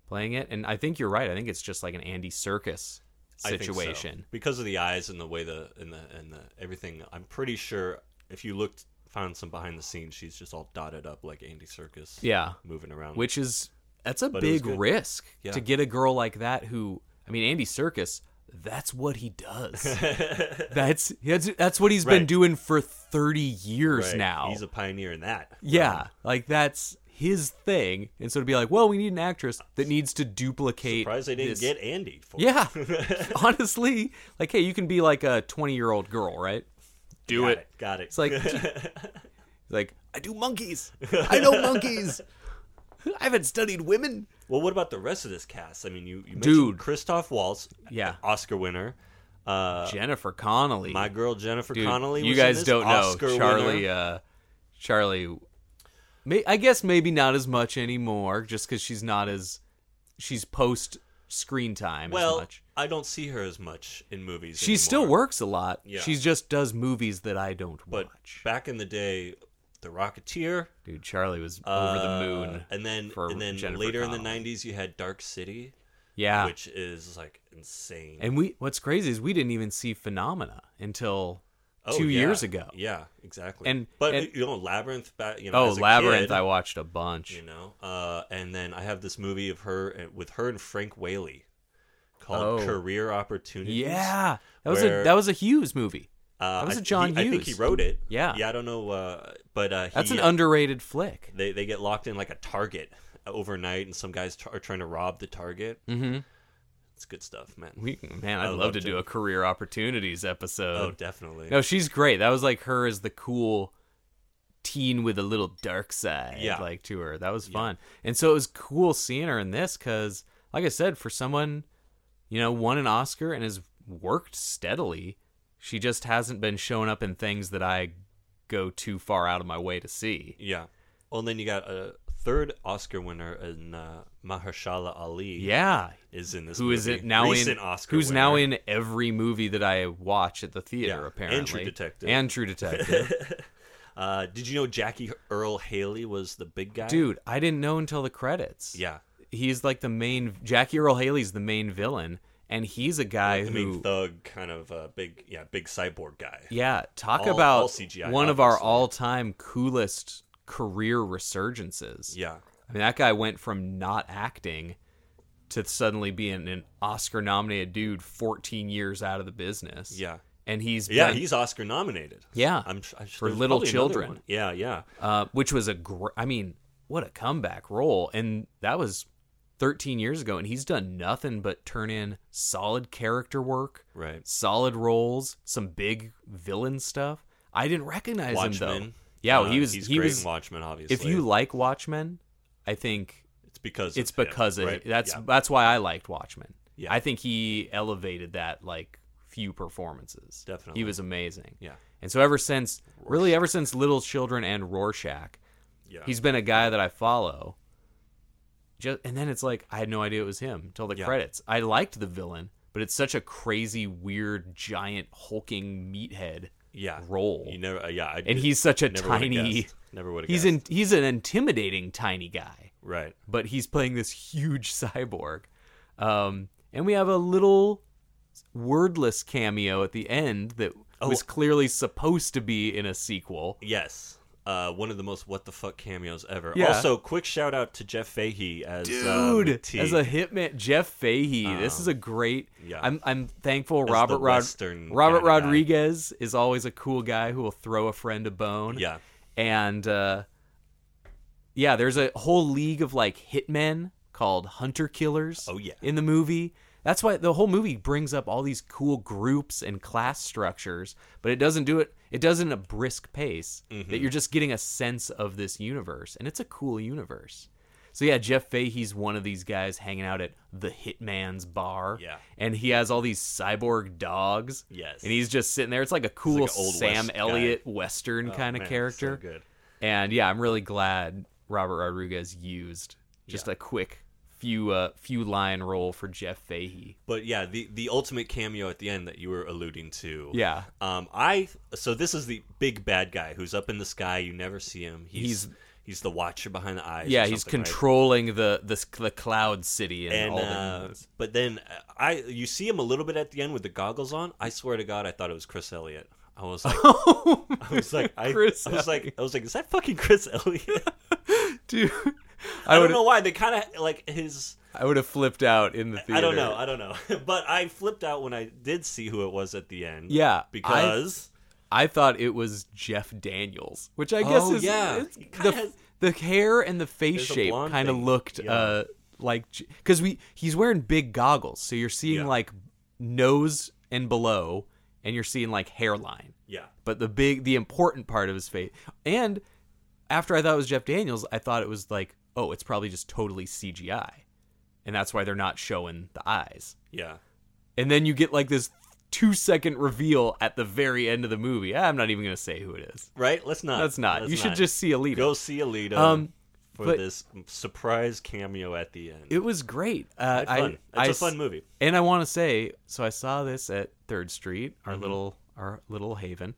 [SPEAKER 1] playing it. And I think you're right. I think it's just like an Andy Circus
[SPEAKER 2] I think so.
[SPEAKER 1] situation.
[SPEAKER 2] because of the eyes and the way the and the and the everything. I'm pretty sure if you looked, found some behind the scenes, she's just all dotted up like Andy Circus.
[SPEAKER 1] Yeah.
[SPEAKER 2] moving around.
[SPEAKER 1] which is that's a
[SPEAKER 2] But it was
[SPEAKER 1] big
[SPEAKER 2] good.
[SPEAKER 1] risk
[SPEAKER 2] Yeah.
[SPEAKER 1] to get a girl like that who I mean Andy Circus that's what he does. that's that's that's what he's been
[SPEAKER 2] Right.
[SPEAKER 1] doing for 30 years
[SPEAKER 2] Right,
[SPEAKER 1] now.
[SPEAKER 2] he's a pioneer in that.
[SPEAKER 1] yeah, like that's his thing. And so to be like, well, we need an actress that needs to duplicate
[SPEAKER 2] Surprised they didn't
[SPEAKER 1] this-
[SPEAKER 2] get Andy. For
[SPEAKER 1] Yeah. Honestly, like hey, you can be like a 20-year-old girl, right? Do
[SPEAKER 2] got
[SPEAKER 1] it.
[SPEAKER 2] it. Got it.
[SPEAKER 1] It's like like I do monkeys. I know monkeys. I haven't studied women.
[SPEAKER 2] well, what about the rest of this cast? I mean, you, you mentioned
[SPEAKER 1] Dude.
[SPEAKER 2] Christoph Waltz,
[SPEAKER 1] Yeah.
[SPEAKER 2] Oscar winner. Uh,
[SPEAKER 1] Jennifer Connelly.
[SPEAKER 2] my girl Jennifer
[SPEAKER 1] Dude,
[SPEAKER 2] Connelly.
[SPEAKER 1] You
[SPEAKER 2] was in
[SPEAKER 1] guys
[SPEAKER 2] this,
[SPEAKER 1] don't
[SPEAKER 2] Oscar
[SPEAKER 1] know
[SPEAKER 2] winner.
[SPEAKER 1] Charlie. Uh, Charlie. May, I guess maybe not as much anymore, just because she's not as she's post screen time
[SPEAKER 2] well,
[SPEAKER 1] as much.
[SPEAKER 2] I don't see her as much in movies.
[SPEAKER 1] She still
[SPEAKER 2] anymore.
[SPEAKER 1] works a lot.
[SPEAKER 2] Yeah.
[SPEAKER 1] She just does movies that I don't
[SPEAKER 2] But
[SPEAKER 1] watch.
[SPEAKER 2] back in the day, The Rocketeer,
[SPEAKER 1] Dude, Charlie was over
[SPEAKER 2] uh,
[SPEAKER 1] the moon.
[SPEAKER 2] and then
[SPEAKER 1] for
[SPEAKER 2] and then
[SPEAKER 1] Jennifer
[SPEAKER 2] later in the
[SPEAKER 1] Connelly.
[SPEAKER 2] '90s, you had Dark City,
[SPEAKER 1] Yeah,
[SPEAKER 2] which is like insane.
[SPEAKER 1] and we what's crazy is we didn't even see Phenomena until
[SPEAKER 2] Oh,
[SPEAKER 1] two
[SPEAKER 2] yeah.
[SPEAKER 1] years ago.
[SPEAKER 2] Yeah, exactly.
[SPEAKER 1] And-
[SPEAKER 2] but
[SPEAKER 1] and-
[SPEAKER 2] you know, Labyrinth. Back, you know,
[SPEAKER 1] Oh,
[SPEAKER 2] as a kid,
[SPEAKER 1] Labyrinth! I watched a bunch.
[SPEAKER 2] You know, uh, and then I have this movie of her and- with her and Frank Whaley called
[SPEAKER 1] Oh.
[SPEAKER 2] Career Opportunities.
[SPEAKER 1] yeah, that was a
[SPEAKER 2] where-
[SPEAKER 1] that was a Hughes movie.
[SPEAKER 2] uh,
[SPEAKER 1] that was
[SPEAKER 2] I-
[SPEAKER 1] a John
[SPEAKER 2] he- I think he
[SPEAKER 1] Hughes.
[SPEAKER 2] wrote it.
[SPEAKER 1] Yeah.
[SPEAKER 2] yeah. I don't know, uh, but uh, he,
[SPEAKER 1] That's an underrated flick.
[SPEAKER 2] they they get locked in like a target overnight, and some guys t- are trying to rob the target. Mm-hmm. It's good stuff, man.
[SPEAKER 1] We, man, I'd love, to do a career opportunities
[SPEAKER 2] oh,
[SPEAKER 1] episode.
[SPEAKER 2] definitely.
[SPEAKER 1] no, she's great. That was like her as the cool teen with a little dark side,
[SPEAKER 2] Yeah.
[SPEAKER 1] like to her. That was fun, and so it was cool seeing her in this because, like I said, for someone you know, won an Oscar and has worked steadily. She just hasn't been showing up in things that I go too far out of my way to see.
[SPEAKER 2] Yeah. Well, and then you got a third Oscar winner in uh, Mahershala Ali.
[SPEAKER 1] Yeah.
[SPEAKER 2] Is in this
[SPEAKER 1] Who is
[SPEAKER 2] movie.
[SPEAKER 1] it now
[SPEAKER 2] Recent
[SPEAKER 1] in
[SPEAKER 2] Oscar
[SPEAKER 1] who's now
[SPEAKER 2] winner.
[SPEAKER 1] in every movie that I watch at the theater
[SPEAKER 2] Yeah, and
[SPEAKER 1] apparently.
[SPEAKER 2] True Detective.
[SPEAKER 1] And True Detective.
[SPEAKER 2] Uh, did you know Jackie Earl Haley was the big guy?
[SPEAKER 1] Dude, I didn't know until the credits.
[SPEAKER 2] Yeah.
[SPEAKER 1] He's like the main Jackie Earl Haley's the main villain and he's a guy
[SPEAKER 2] I
[SPEAKER 1] who
[SPEAKER 2] mean, thug kind of uh, big, yeah, big cyborg guy.
[SPEAKER 1] Yeah, talk
[SPEAKER 2] All-
[SPEAKER 1] about
[SPEAKER 2] all CGI,
[SPEAKER 1] one of our
[SPEAKER 2] obviously.
[SPEAKER 1] all-time coolest career resurgences.
[SPEAKER 2] Yeah.
[SPEAKER 1] I mean, that guy went from not acting to suddenly being an Oscar-nominated dude 14 years out of the business.
[SPEAKER 2] Yeah.
[SPEAKER 1] and he's
[SPEAKER 2] Yeah,
[SPEAKER 1] been-
[SPEAKER 2] he's Oscar nominated.
[SPEAKER 1] Yeah.
[SPEAKER 2] I'm, tr- I'm sure
[SPEAKER 1] For
[SPEAKER 2] there's
[SPEAKER 1] Little
[SPEAKER 2] probably another
[SPEAKER 1] Children.
[SPEAKER 2] one. Yeah, yeah,
[SPEAKER 1] uh, which was a gr- I mean, what a comeback role, and that was 13 years ago, and he's done nothing but turn in solid character work,
[SPEAKER 2] right.
[SPEAKER 1] solid roles, some big villain stuff. I didn't recognize him though.
[SPEAKER 2] Watchmen.
[SPEAKER 1] Yeah,
[SPEAKER 2] Uh,
[SPEAKER 1] he was.
[SPEAKER 2] He's
[SPEAKER 1] he
[SPEAKER 2] great
[SPEAKER 1] was.
[SPEAKER 2] in Watchmen, obviously.
[SPEAKER 1] if you like Watchmen, I think
[SPEAKER 2] it's because
[SPEAKER 1] it's
[SPEAKER 2] of him,
[SPEAKER 1] because of
[SPEAKER 2] right?
[SPEAKER 1] that's
[SPEAKER 2] Yeah.
[SPEAKER 1] that's why I liked Watchmen.
[SPEAKER 2] Yeah.
[SPEAKER 1] I think he elevated that like few performances.
[SPEAKER 2] Definitely.
[SPEAKER 1] he was amazing.
[SPEAKER 2] Yeah.
[SPEAKER 1] and so ever since, really ever since Little Children and Rorschach,
[SPEAKER 2] yeah.
[SPEAKER 1] he's been a guy that I follow. Just and then it's like I had no idea it was him until the
[SPEAKER 2] Yeah.
[SPEAKER 1] credits. I liked the villain, but it's such a crazy, weird, giant, hulking meathead.
[SPEAKER 2] yeah
[SPEAKER 1] role.
[SPEAKER 2] You never, uh, yeah, I
[SPEAKER 1] And he's such a
[SPEAKER 2] never would've
[SPEAKER 1] tiny-
[SPEAKER 2] guessed. Never would have.
[SPEAKER 1] He's in, he's an intimidating tiny guy.
[SPEAKER 2] right.
[SPEAKER 1] but he's playing this huge cyborg. Um, and we have a little wordless cameo at the end that
[SPEAKER 2] Oh.
[SPEAKER 1] was clearly supposed to be in a sequel.
[SPEAKER 2] Yes. Uh, one of the most what the fuck cameos ever.
[SPEAKER 1] Yeah.
[SPEAKER 2] Also, quick shout out to Jeff Fahey as
[SPEAKER 1] Dude,
[SPEAKER 2] uh, T,
[SPEAKER 1] as a hitman, Jeff Fahey. this is a great.
[SPEAKER 2] Um, yeah.
[SPEAKER 1] I'm I'm thankful
[SPEAKER 2] the
[SPEAKER 1] Robert Rod-
[SPEAKER 2] Western
[SPEAKER 1] Robert
[SPEAKER 2] kinda guy.
[SPEAKER 1] Rodriguez is always a cool guy who will throw a friend a bone.
[SPEAKER 2] yeah,
[SPEAKER 1] and uh, yeah, there's a whole league of like hitmen called hunter killers.
[SPEAKER 2] Oh, yeah.
[SPEAKER 1] in the movie. That's why the whole movie brings up all these cool groups and class structures, but it doesn't do it. It does it in a brisk pace
[SPEAKER 2] Mm-hmm.
[SPEAKER 1] that you're just getting a sense of this universe, and it's a cool universe. So yeah, Jeff Fahey's one of these guys hanging out at the Hitman's bar.
[SPEAKER 2] Yeah.
[SPEAKER 1] and he has all these cyborg dogs.
[SPEAKER 2] Yes.
[SPEAKER 1] and he's just sitting there. It's like a cool
[SPEAKER 2] like an old
[SPEAKER 1] Sam
[SPEAKER 2] West guy.
[SPEAKER 1] Elliott western kind of
[SPEAKER 2] Oh, Man, so
[SPEAKER 1] character.
[SPEAKER 2] good.
[SPEAKER 1] And yeah, I'm really glad Robert Rodriguez used just a quick few uh, few line role for Jeff Fahey.
[SPEAKER 2] But yeah, the the ultimate cameo at the end that you were alluding to.
[SPEAKER 1] Yeah.
[SPEAKER 2] Um, I so this is the big bad guy who's up in the sky. You never see him. He's he's,
[SPEAKER 1] He's-
[SPEAKER 2] the watcher behind the eyes. or
[SPEAKER 1] Yeah, he's
[SPEAKER 2] something, right?
[SPEAKER 1] controlling the, the the cloud city and,
[SPEAKER 2] And
[SPEAKER 1] all
[SPEAKER 2] uh,
[SPEAKER 1] the
[SPEAKER 2] but then uh, I you see him a little bit at the end with the goggles on. I swear to God, I thought it was Chris Elliott. I was like, I was like, I,
[SPEAKER 1] Oh Chris
[SPEAKER 2] I was like, I was like, is that fucking Chris Elliott?
[SPEAKER 1] dude.
[SPEAKER 2] I
[SPEAKER 1] I
[SPEAKER 2] don't
[SPEAKER 1] would
[SPEAKER 2] know why they kind of like his.
[SPEAKER 1] I would have flipped out in the theater.
[SPEAKER 2] I don't know. I don't know. but I flipped out when I did see who it was at the end.
[SPEAKER 1] Yeah, I-
[SPEAKER 2] because
[SPEAKER 1] I thought it was Jeff Daniels, which I guess
[SPEAKER 2] Oh,
[SPEAKER 1] is
[SPEAKER 2] yeah.
[SPEAKER 1] it's-
[SPEAKER 2] He kinda
[SPEAKER 1] the
[SPEAKER 2] has-
[SPEAKER 1] the hair and the face
[SPEAKER 2] There's a
[SPEAKER 1] shape
[SPEAKER 2] blonde
[SPEAKER 1] kind of
[SPEAKER 2] thing.
[SPEAKER 1] looked
[SPEAKER 2] Yeah.
[SPEAKER 1] uh like J- cuz we he's wearing big goggles, so you're seeing
[SPEAKER 2] Yeah.
[SPEAKER 1] like nose and below and you're seeing like hairline.
[SPEAKER 2] yeah,
[SPEAKER 1] But the big the important part of his face and after I thought it was Jeff Daniels, I thought it was like, oh, it's probably just totally CGI. And that's why they're not showing the eyes
[SPEAKER 2] yeah.
[SPEAKER 1] and then you get like this two second reveal at the very end of the movie. Ah, I'm not even gonna say who it is.
[SPEAKER 2] Right? Let's not.
[SPEAKER 1] That's not.
[SPEAKER 2] Let's
[SPEAKER 1] you should just see Alita.
[SPEAKER 2] go see Alita
[SPEAKER 1] Um,
[SPEAKER 2] for
[SPEAKER 1] but-
[SPEAKER 2] this surprise cameo at the end.
[SPEAKER 1] it was great. Uh,
[SPEAKER 2] Had
[SPEAKER 1] I,
[SPEAKER 2] fun.
[SPEAKER 1] I
[SPEAKER 2] it's a
[SPEAKER 1] s-
[SPEAKER 2] fun movie.
[SPEAKER 1] And I want to say, so I saw this at Third Street, our
[SPEAKER 2] Mm-hmm.
[SPEAKER 1] little our little haven.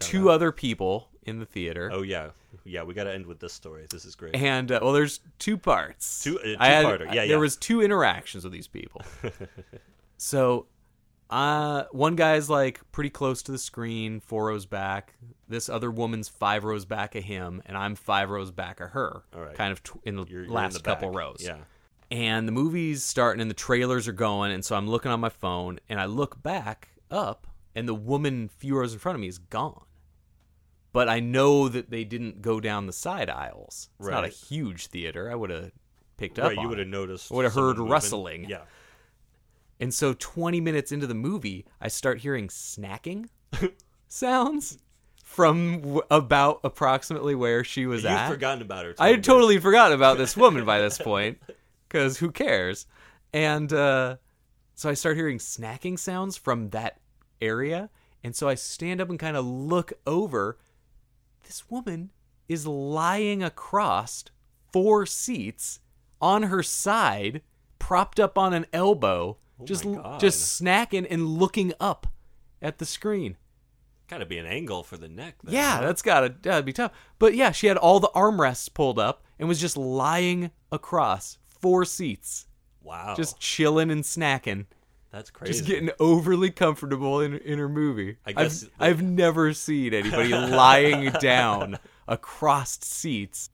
[SPEAKER 1] two other people in the theater.
[SPEAKER 2] Oh yeah, yeah. We got to end with this story. This is great.
[SPEAKER 1] And uh, well, there's two parts.
[SPEAKER 2] Two- uh,
[SPEAKER 1] I had-
[SPEAKER 2] two-parter. Yeah,
[SPEAKER 1] there
[SPEAKER 2] yeah.
[SPEAKER 1] was two interactions with these people. so, uh, one guy's like pretty close to the screen, four rows back. This other woman's five rows back of him, and I'm five rows back of her.
[SPEAKER 2] All right.
[SPEAKER 1] Kind of tw- in the
[SPEAKER 2] You're- you're in
[SPEAKER 1] last
[SPEAKER 2] the
[SPEAKER 1] couple
[SPEAKER 2] back.
[SPEAKER 1] rows
[SPEAKER 2] Yeah.
[SPEAKER 1] and the movie's starting and the trailers are going and so i'm looking on my phone and i look back up and the woman few rows in front of me is gone but i know that they didn't go down the side aisles it's not a
[SPEAKER 2] Right.
[SPEAKER 1] huge theater i would have picked up
[SPEAKER 2] Right,
[SPEAKER 1] on
[SPEAKER 2] you would
[SPEAKER 1] it.
[SPEAKER 2] have noticed.
[SPEAKER 1] I would have heard
[SPEAKER 2] someone moving.
[SPEAKER 1] rustling
[SPEAKER 2] Yeah.
[SPEAKER 1] and so 20 minutes into the movie i start hearing snacking sounds from w- about approximately where she was
[SPEAKER 2] You've
[SPEAKER 1] at
[SPEAKER 2] forgotten about her.
[SPEAKER 1] I
[SPEAKER 2] too.
[SPEAKER 1] had totally forgotten about this woman by this point, because who cares? And uh, So I start hearing snacking sounds from that area. And so I stand up and kind of look over. This woman is lying across four seats on her side, propped up on an elbow, just
[SPEAKER 2] Oh my God.
[SPEAKER 1] just snacking and looking up at the screen.
[SPEAKER 2] Got to be an angle for the neck. Then.
[SPEAKER 1] Yeah, that's gotta that'd be tough. But yeah, she had all the armrests pulled up and was just lying across four seats,
[SPEAKER 2] Wow.
[SPEAKER 1] just chilling and snacking,
[SPEAKER 2] that's Oh. crazy.
[SPEAKER 1] just getting overly comfortable in in her movie.
[SPEAKER 2] I guess-
[SPEAKER 1] I've, I've never seen anybody lying down across seats.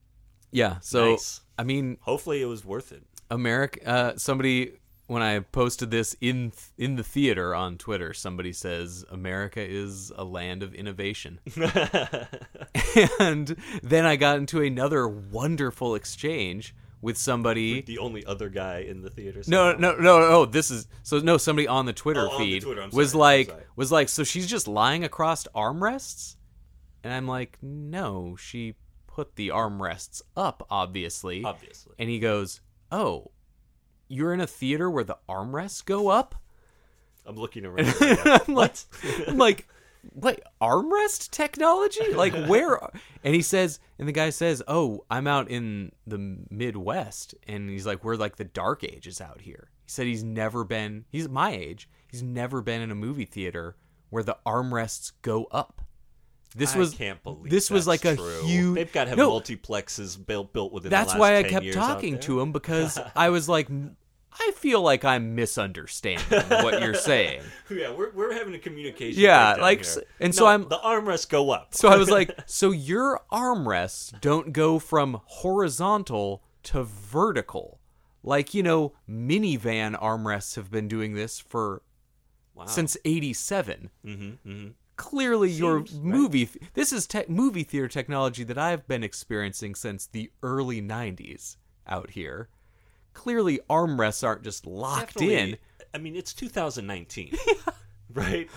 [SPEAKER 1] Yeah, so
[SPEAKER 2] Nice.
[SPEAKER 1] I mean,
[SPEAKER 2] Hopefully, it was worth it.
[SPEAKER 1] America. Uh, somebody when I posted this in in the theater on Twitter, somebody says America is a land of innovation, and then I got into another wonderful exchange with somebody.
[SPEAKER 2] The only other guy in the theater.
[SPEAKER 1] No,
[SPEAKER 2] somehow.
[SPEAKER 1] no, no, no. This is so. No, somebody on the Twitter
[SPEAKER 2] Oh, on the
[SPEAKER 1] feed
[SPEAKER 2] Twitter, I'm
[SPEAKER 1] was
[SPEAKER 2] sorry, I'm
[SPEAKER 1] like,
[SPEAKER 2] sorry.
[SPEAKER 1] was like, so she's just lying across armrests, and I'm like, no, she put the armrests up, obviously.
[SPEAKER 2] Obviously.
[SPEAKER 1] And he goes, oh, you're in a theater where the armrests go up.
[SPEAKER 2] I'm looking around.
[SPEAKER 1] I'm like, I'm like, what armrest technology? Like where? are-" And he says, and the guy says, "Oh, I'm out in the Midwest," and he's like, "We're like the Dark Ages out here." He said he's never been. He's my age. He's never been in a movie theater where the armrests go up. This
[SPEAKER 2] I
[SPEAKER 1] was
[SPEAKER 2] can't believe
[SPEAKER 1] this was like
[SPEAKER 2] that's
[SPEAKER 1] a
[SPEAKER 2] true.
[SPEAKER 1] huge.
[SPEAKER 2] They've got to have
[SPEAKER 1] no,
[SPEAKER 2] multiplexes built built within.
[SPEAKER 1] that's
[SPEAKER 2] the last
[SPEAKER 1] why I
[SPEAKER 2] 10
[SPEAKER 1] kept
[SPEAKER 2] years out
[SPEAKER 1] talking
[SPEAKER 2] there.
[SPEAKER 1] to him because I was like, I feel like I'm misunderstanding what you're saying.
[SPEAKER 2] Yeah, we're, we're having a communication.
[SPEAKER 1] Yeah,
[SPEAKER 2] breakdown
[SPEAKER 1] like,
[SPEAKER 2] here.
[SPEAKER 1] so- and
[SPEAKER 2] No,
[SPEAKER 1] so I'm-
[SPEAKER 2] the armrests go up.
[SPEAKER 1] So I was like, so your armrests don't go from horizontal to vertical. Like, you know, minivan armrests have been doing this for
[SPEAKER 2] wow.
[SPEAKER 1] since 87.
[SPEAKER 2] mm-hmm, mm-hmm.
[SPEAKER 1] Clearly your
[SPEAKER 2] Seems right.
[SPEAKER 1] movie th- this is te- movie theater technology that I've been experiencing since the early 90s out here. Clearly armrests aren't just locked in.
[SPEAKER 2] Definitely- I mean, it's 2019, right?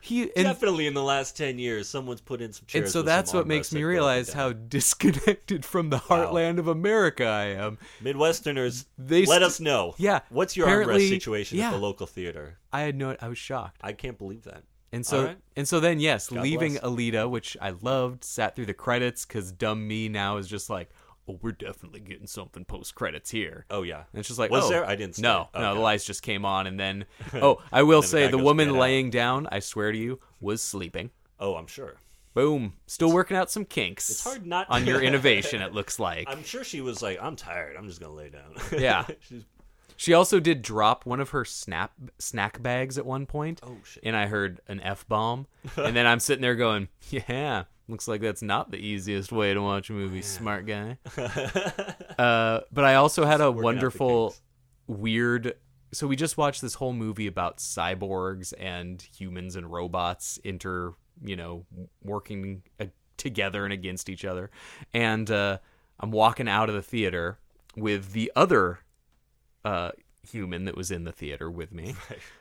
[SPEAKER 1] He and
[SPEAKER 2] Definitely in the last 10 years, someone's put in some chairs.
[SPEAKER 1] and so
[SPEAKER 2] with
[SPEAKER 1] that's
[SPEAKER 2] some
[SPEAKER 1] what makes
[SPEAKER 2] armrests that
[SPEAKER 1] me
[SPEAKER 2] go up and
[SPEAKER 1] realize how
[SPEAKER 2] down.
[SPEAKER 1] disconnected from the heartland of America I am.
[SPEAKER 2] Midwesterners
[SPEAKER 1] They
[SPEAKER 2] let
[SPEAKER 1] st-
[SPEAKER 2] us know.
[SPEAKER 1] Yeah,
[SPEAKER 2] what's your
[SPEAKER 1] apparently-
[SPEAKER 2] armrest situation
[SPEAKER 1] yeah.
[SPEAKER 2] at the local theater?
[SPEAKER 1] I had no I was shocked.
[SPEAKER 2] I can't believe that.
[SPEAKER 1] And so
[SPEAKER 2] Alright.
[SPEAKER 1] and so then yes,
[SPEAKER 2] God
[SPEAKER 1] leaving
[SPEAKER 2] bless.
[SPEAKER 1] Alita, which I loved, sat through the credits cuz dumb me now is just like, "Oh, we're definitely getting something post credits here."
[SPEAKER 2] Oh yeah,
[SPEAKER 1] And it's just like,
[SPEAKER 2] was
[SPEAKER 1] oh,
[SPEAKER 2] there? I didn't.
[SPEAKER 1] No,
[SPEAKER 2] stay.
[SPEAKER 1] no,
[SPEAKER 2] Okay.
[SPEAKER 1] the lights just came on, and then, oh, I will
[SPEAKER 2] the
[SPEAKER 1] say
[SPEAKER 2] guy
[SPEAKER 1] the
[SPEAKER 2] goes,
[SPEAKER 1] woman
[SPEAKER 2] "Get out."
[SPEAKER 1] laying down, I swear to you, was sleeping.
[SPEAKER 2] Oh, I'm sure.
[SPEAKER 1] Boom, still working out some kinks.
[SPEAKER 2] It's hard not-
[SPEAKER 1] on your innovation. It looks like
[SPEAKER 2] I'm sure she was like, I'm tired. I'm just gonna lay down.
[SPEAKER 1] Yeah.
[SPEAKER 2] She's,
[SPEAKER 1] She also did drop one of her snap snack bags at one point.
[SPEAKER 2] Oh, shit.
[SPEAKER 1] And I heard an f bomb, and then I'm sitting there going, "Yeah, looks like that's not the easiest way to watch a movie, smart guy." uh, but I also had a
[SPEAKER 2] the
[SPEAKER 1] wonderful,
[SPEAKER 2] kinks.
[SPEAKER 1] weird. So we just watched this whole movie about cyborgs and humans and robots inter, you know, working uh, together and against each other. And uh, I'm walking out of the theater with the other uh, human that was in the theater with me.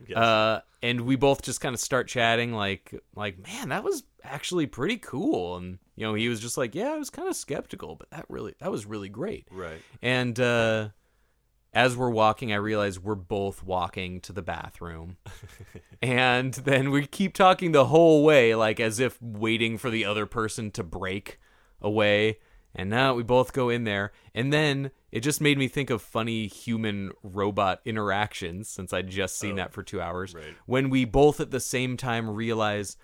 [SPEAKER 2] yes.
[SPEAKER 1] Uh, and we both just kind of start chatting, like, like, man, that was actually pretty cool. And you know, he was just like, yeah, I was kind of skeptical, but that really, that was really great.
[SPEAKER 2] right.
[SPEAKER 1] And uh, as we're walking, I realize we're both walking to the bathroom, and then we keep talking the whole way, like as if waiting for the other person to break away. And now we both go in there, and then it just made me think of funny human robot interactions since I'd just seen that for two hours.
[SPEAKER 2] Oh, right.
[SPEAKER 1] When we both at the same time realize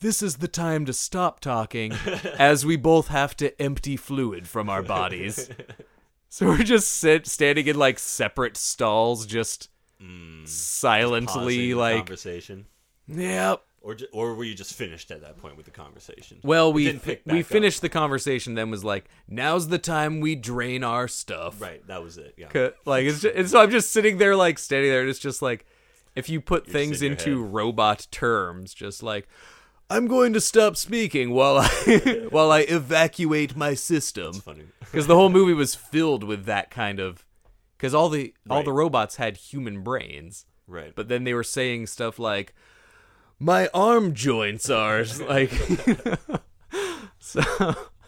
[SPEAKER 1] this is the time to stop talking as we both have to empty fluid from our bodies. So we're just sit, standing in like separate stalls, just
[SPEAKER 2] Mm, Pausing
[SPEAKER 1] silently,
[SPEAKER 2] the
[SPEAKER 1] like,
[SPEAKER 2] conversation.
[SPEAKER 1] yep.
[SPEAKER 2] Or, ju- or were you just finished at that point with the conversation?
[SPEAKER 1] Well, we
[SPEAKER 2] Didn't pick
[SPEAKER 1] we
[SPEAKER 2] back up.
[SPEAKER 1] finished the conversation, then was like, now's the time we drain our stuff.
[SPEAKER 2] Right, that was it. Yeah.
[SPEAKER 1] Ca- Like, it's just, and so I'm just sitting there, like, standing there, and it's just like, if you put things
[SPEAKER 2] in your
[SPEAKER 1] into robot terms, just like, I'm going to stop speaking while I while I evacuate my system.
[SPEAKER 2] Funny.
[SPEAKER 1] because the whole movie was filled with that kind of because all the all the
[SPEAKER 2] Right.
[SPEAKER 1] robots had human brains
[SPEAKER 2] Right.
[SPEAKER 1] but then they were saying stuff like my arm joints are like so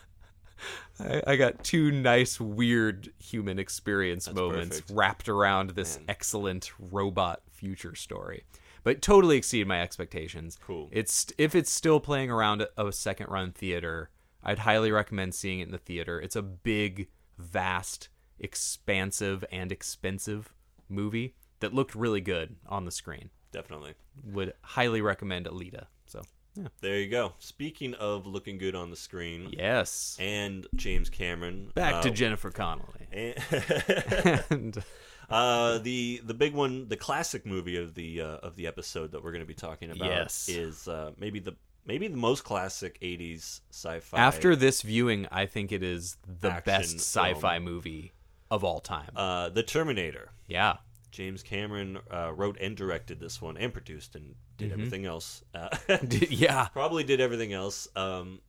[SPEAKER 1] I, I got two nice weird human experience moments
[SPEAKER 2] perfect.
[SPEAKER 1] wrapped around this excellent robot future story. But totally exceeded my expectations.
[SPEAKER 2] Cool.
[SPEAKER 1] It's if it's still playing around a, a second run theater, I'd highly recommend seeing it in the theater. It's a big, vast, expansive, and expensive movie that looked really good on the screen.
[SPEAKER 2] Definitely.
[SPEAKER 1] Would highly recommend Alita. So
[SPEAKER 2] There you go. Speaking of looking good on the screen
[SPEAKER 1] yes,
[SPEAKER 2] and James Cameron.
[SPEAKER 1] back to
[SPEAKER 2] uh,
[SPEAKER 1] Jennifer Connelly.
[SPEAKER 2] and-
[SPEAKER 1] And
[SPEAKER 2] Uh, the the big one, the classic movie of the uh, of the episode that we're going to be talking about
[SPEAKER 1] Yes.
[SPEAKER 2] is uh, maybe the maybe the most classic '80s sci-fi.
[SPEAKER 1] after this viewing, I think it is the
[SPEAKER 2] Action
[SPEAKER 1] best
[SPEAKER 2] film.
[SPEAKER 1] sci-fi movie of all time.
[SPEAKER 2] uh, the Terminator,
[SPEAKER 1] yeah,
[SPEAKER 2] James Cameron uh, wrote and directed this one and produced and did
[SPEAKER 1] Mm-hmm.
[SPEAKER 2] everything else. Uh,
[SPEAKER 1] yeah.
[SPEAKER 2] probably did everything else. Um,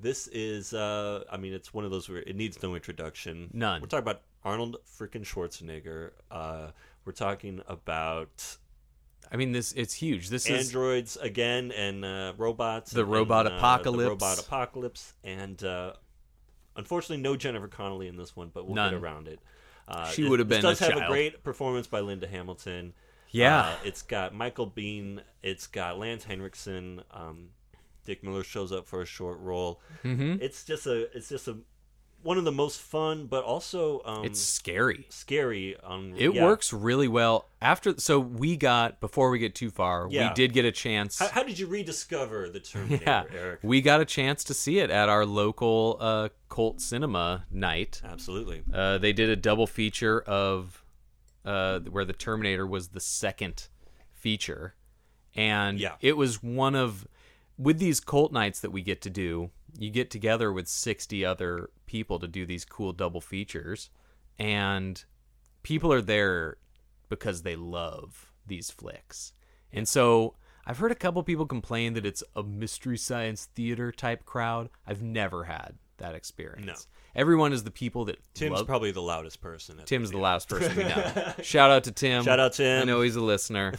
[SPEAKER 2] this is, uh, I mean, it's one of those where it needs no introduction.
[SPEAKER 1] None.
[SPEAKER 2] We're talking about Arnold freaking Schwarzenegger. Uh, we're talking about
[SPEAKER 1] I mean, this it's huge. This is
[SPEAKER 2] androids again and uh, robots.
[SPEAKER 1] The
[SPEAKER 2] and,
[SPEAKER 1] robot
[SPEAKER 2] and, uh,
[SPEAKER 1] apocalypse.
[SPEAKER 2] the robot apocalypse. And uh, unfortunately, no Jennifer Connelly in this one, but we'll
[SPEAKER 1] None.
[SPEAKER 2] get around it. Uh,
[SPEAKER 1] She
[SPEAKER 2] it-
[SPEAKER 1] would have
[SPEAKER 2] this
[SPEAKER 1] been
[SPEAKER 2] does
[SPEAKER 1] a
[SPEAKER 2] have a
[SPEAKER 1] child.
[SPEAKER 2] great performance by Linda Hamilton.
[SPEAKER 1] Yeah.
[SPEAKER 2] Uh, it's got Michael Bean. It's got Lance Henriksen. Um, Dick Miller shows up for a short role.
[SPEAKER 1] Mm-hmm.
[SPEAKER 2] It's just a. It's just a. One of the most fun, but also um,
[SPEAKER 1] it's scary.
[SPEAKER 2] scary. On
[SPEAKER 1] It
[SPEAKER 2] yeah.
[SPEAKER 1] works really well after. So we got before we get too far,
[SPEAKER 2] Yeah.
[SPEAKER 1] we did get a chance.
[SPEAKER 2] How, how did you rediscover the Terminator,
[SPEAKER 1] yeah,
[SPEAKER 2] Eric?
[SPEAKER 1] we got a chance to see it at our local uh, cult cinema night.
[SPEAKER 2] Absolutely.
[SPEAKER 1] Uh, they did a double feature of uh, where the Terminator was the second feature, and
[SPEAKER 2] Yeah.
[SPEAKER 1] it was one of with these cult nights that we get to do. You get together with sixty other people to do these cool double features, and people are there because they love these flicks. And so I've heard a couple people complain that it's a mystery science theater type crowd. I've never had that experience.
[SPEAKER 2] No.
[SPEAKER 1] Everyone is the people that
[SPEAKER 2] Tim's
[SPEAKER 1] love-
[SPEAKER 2] probably the loudest person. At
[SPEAKER 1] Tim's the last person we know. Shout out to Tim.
[SPEAKER 2] Shout out, Tim.
[SPEAKER 1] I know he's a listener.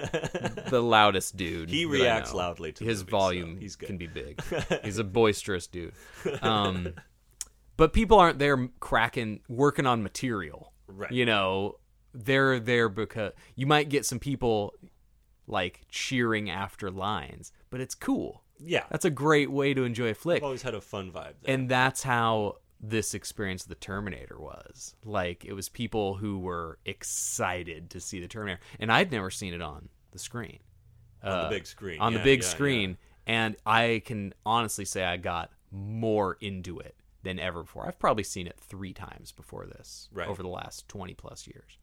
[SPEAKER 1] the loudest dude.
[SPEAKER 2] He
[SPEAKER 1] that I
[SPEAKER 2] reacts
[SPEAKER 1] know.
[SPEAKER 2] loudly to
[SPEAKER 1] his
[SPEAKER 2] movies, so
[SPEAKER 1] volume.
[SPEAKER 2] he's good.
[SPEAKER 1] can be big. he's a boisterous dude. Um, but people aren't there cracking, working on material.
[SPEAKER 2] Right.
[SPEAKER 1] You know, they're there because you might get some people like cheering after lines, but it's cool.
[SPEAKER 2] yeah,
[SPEAKER 1] That's a great way to enjoy a flick
[SPEAKER 2] I've always had a fun vibe. There.
[SPEAKER 1] and that's how this experience of the Terminator was. Like it was people who were excited to see the Terminator, and I'd never seen it on the screen,
[SPEAKER 2] on
[SPEAKER 1] Uh,
[SPEAKER 2] the big screen,
[SPEAKER 1] on
[SPEAKER 2] Yeah,
[SPEAKER 1] the big
[SPEAKER 2] yeah, yeah.
[SPEAKER 1] screen, and I can honestly say I got more into it than ever before. I've probably seen it three times before this
[SPEAKER 2] Right.
[SPEAKER 1] over the last twenty plus years,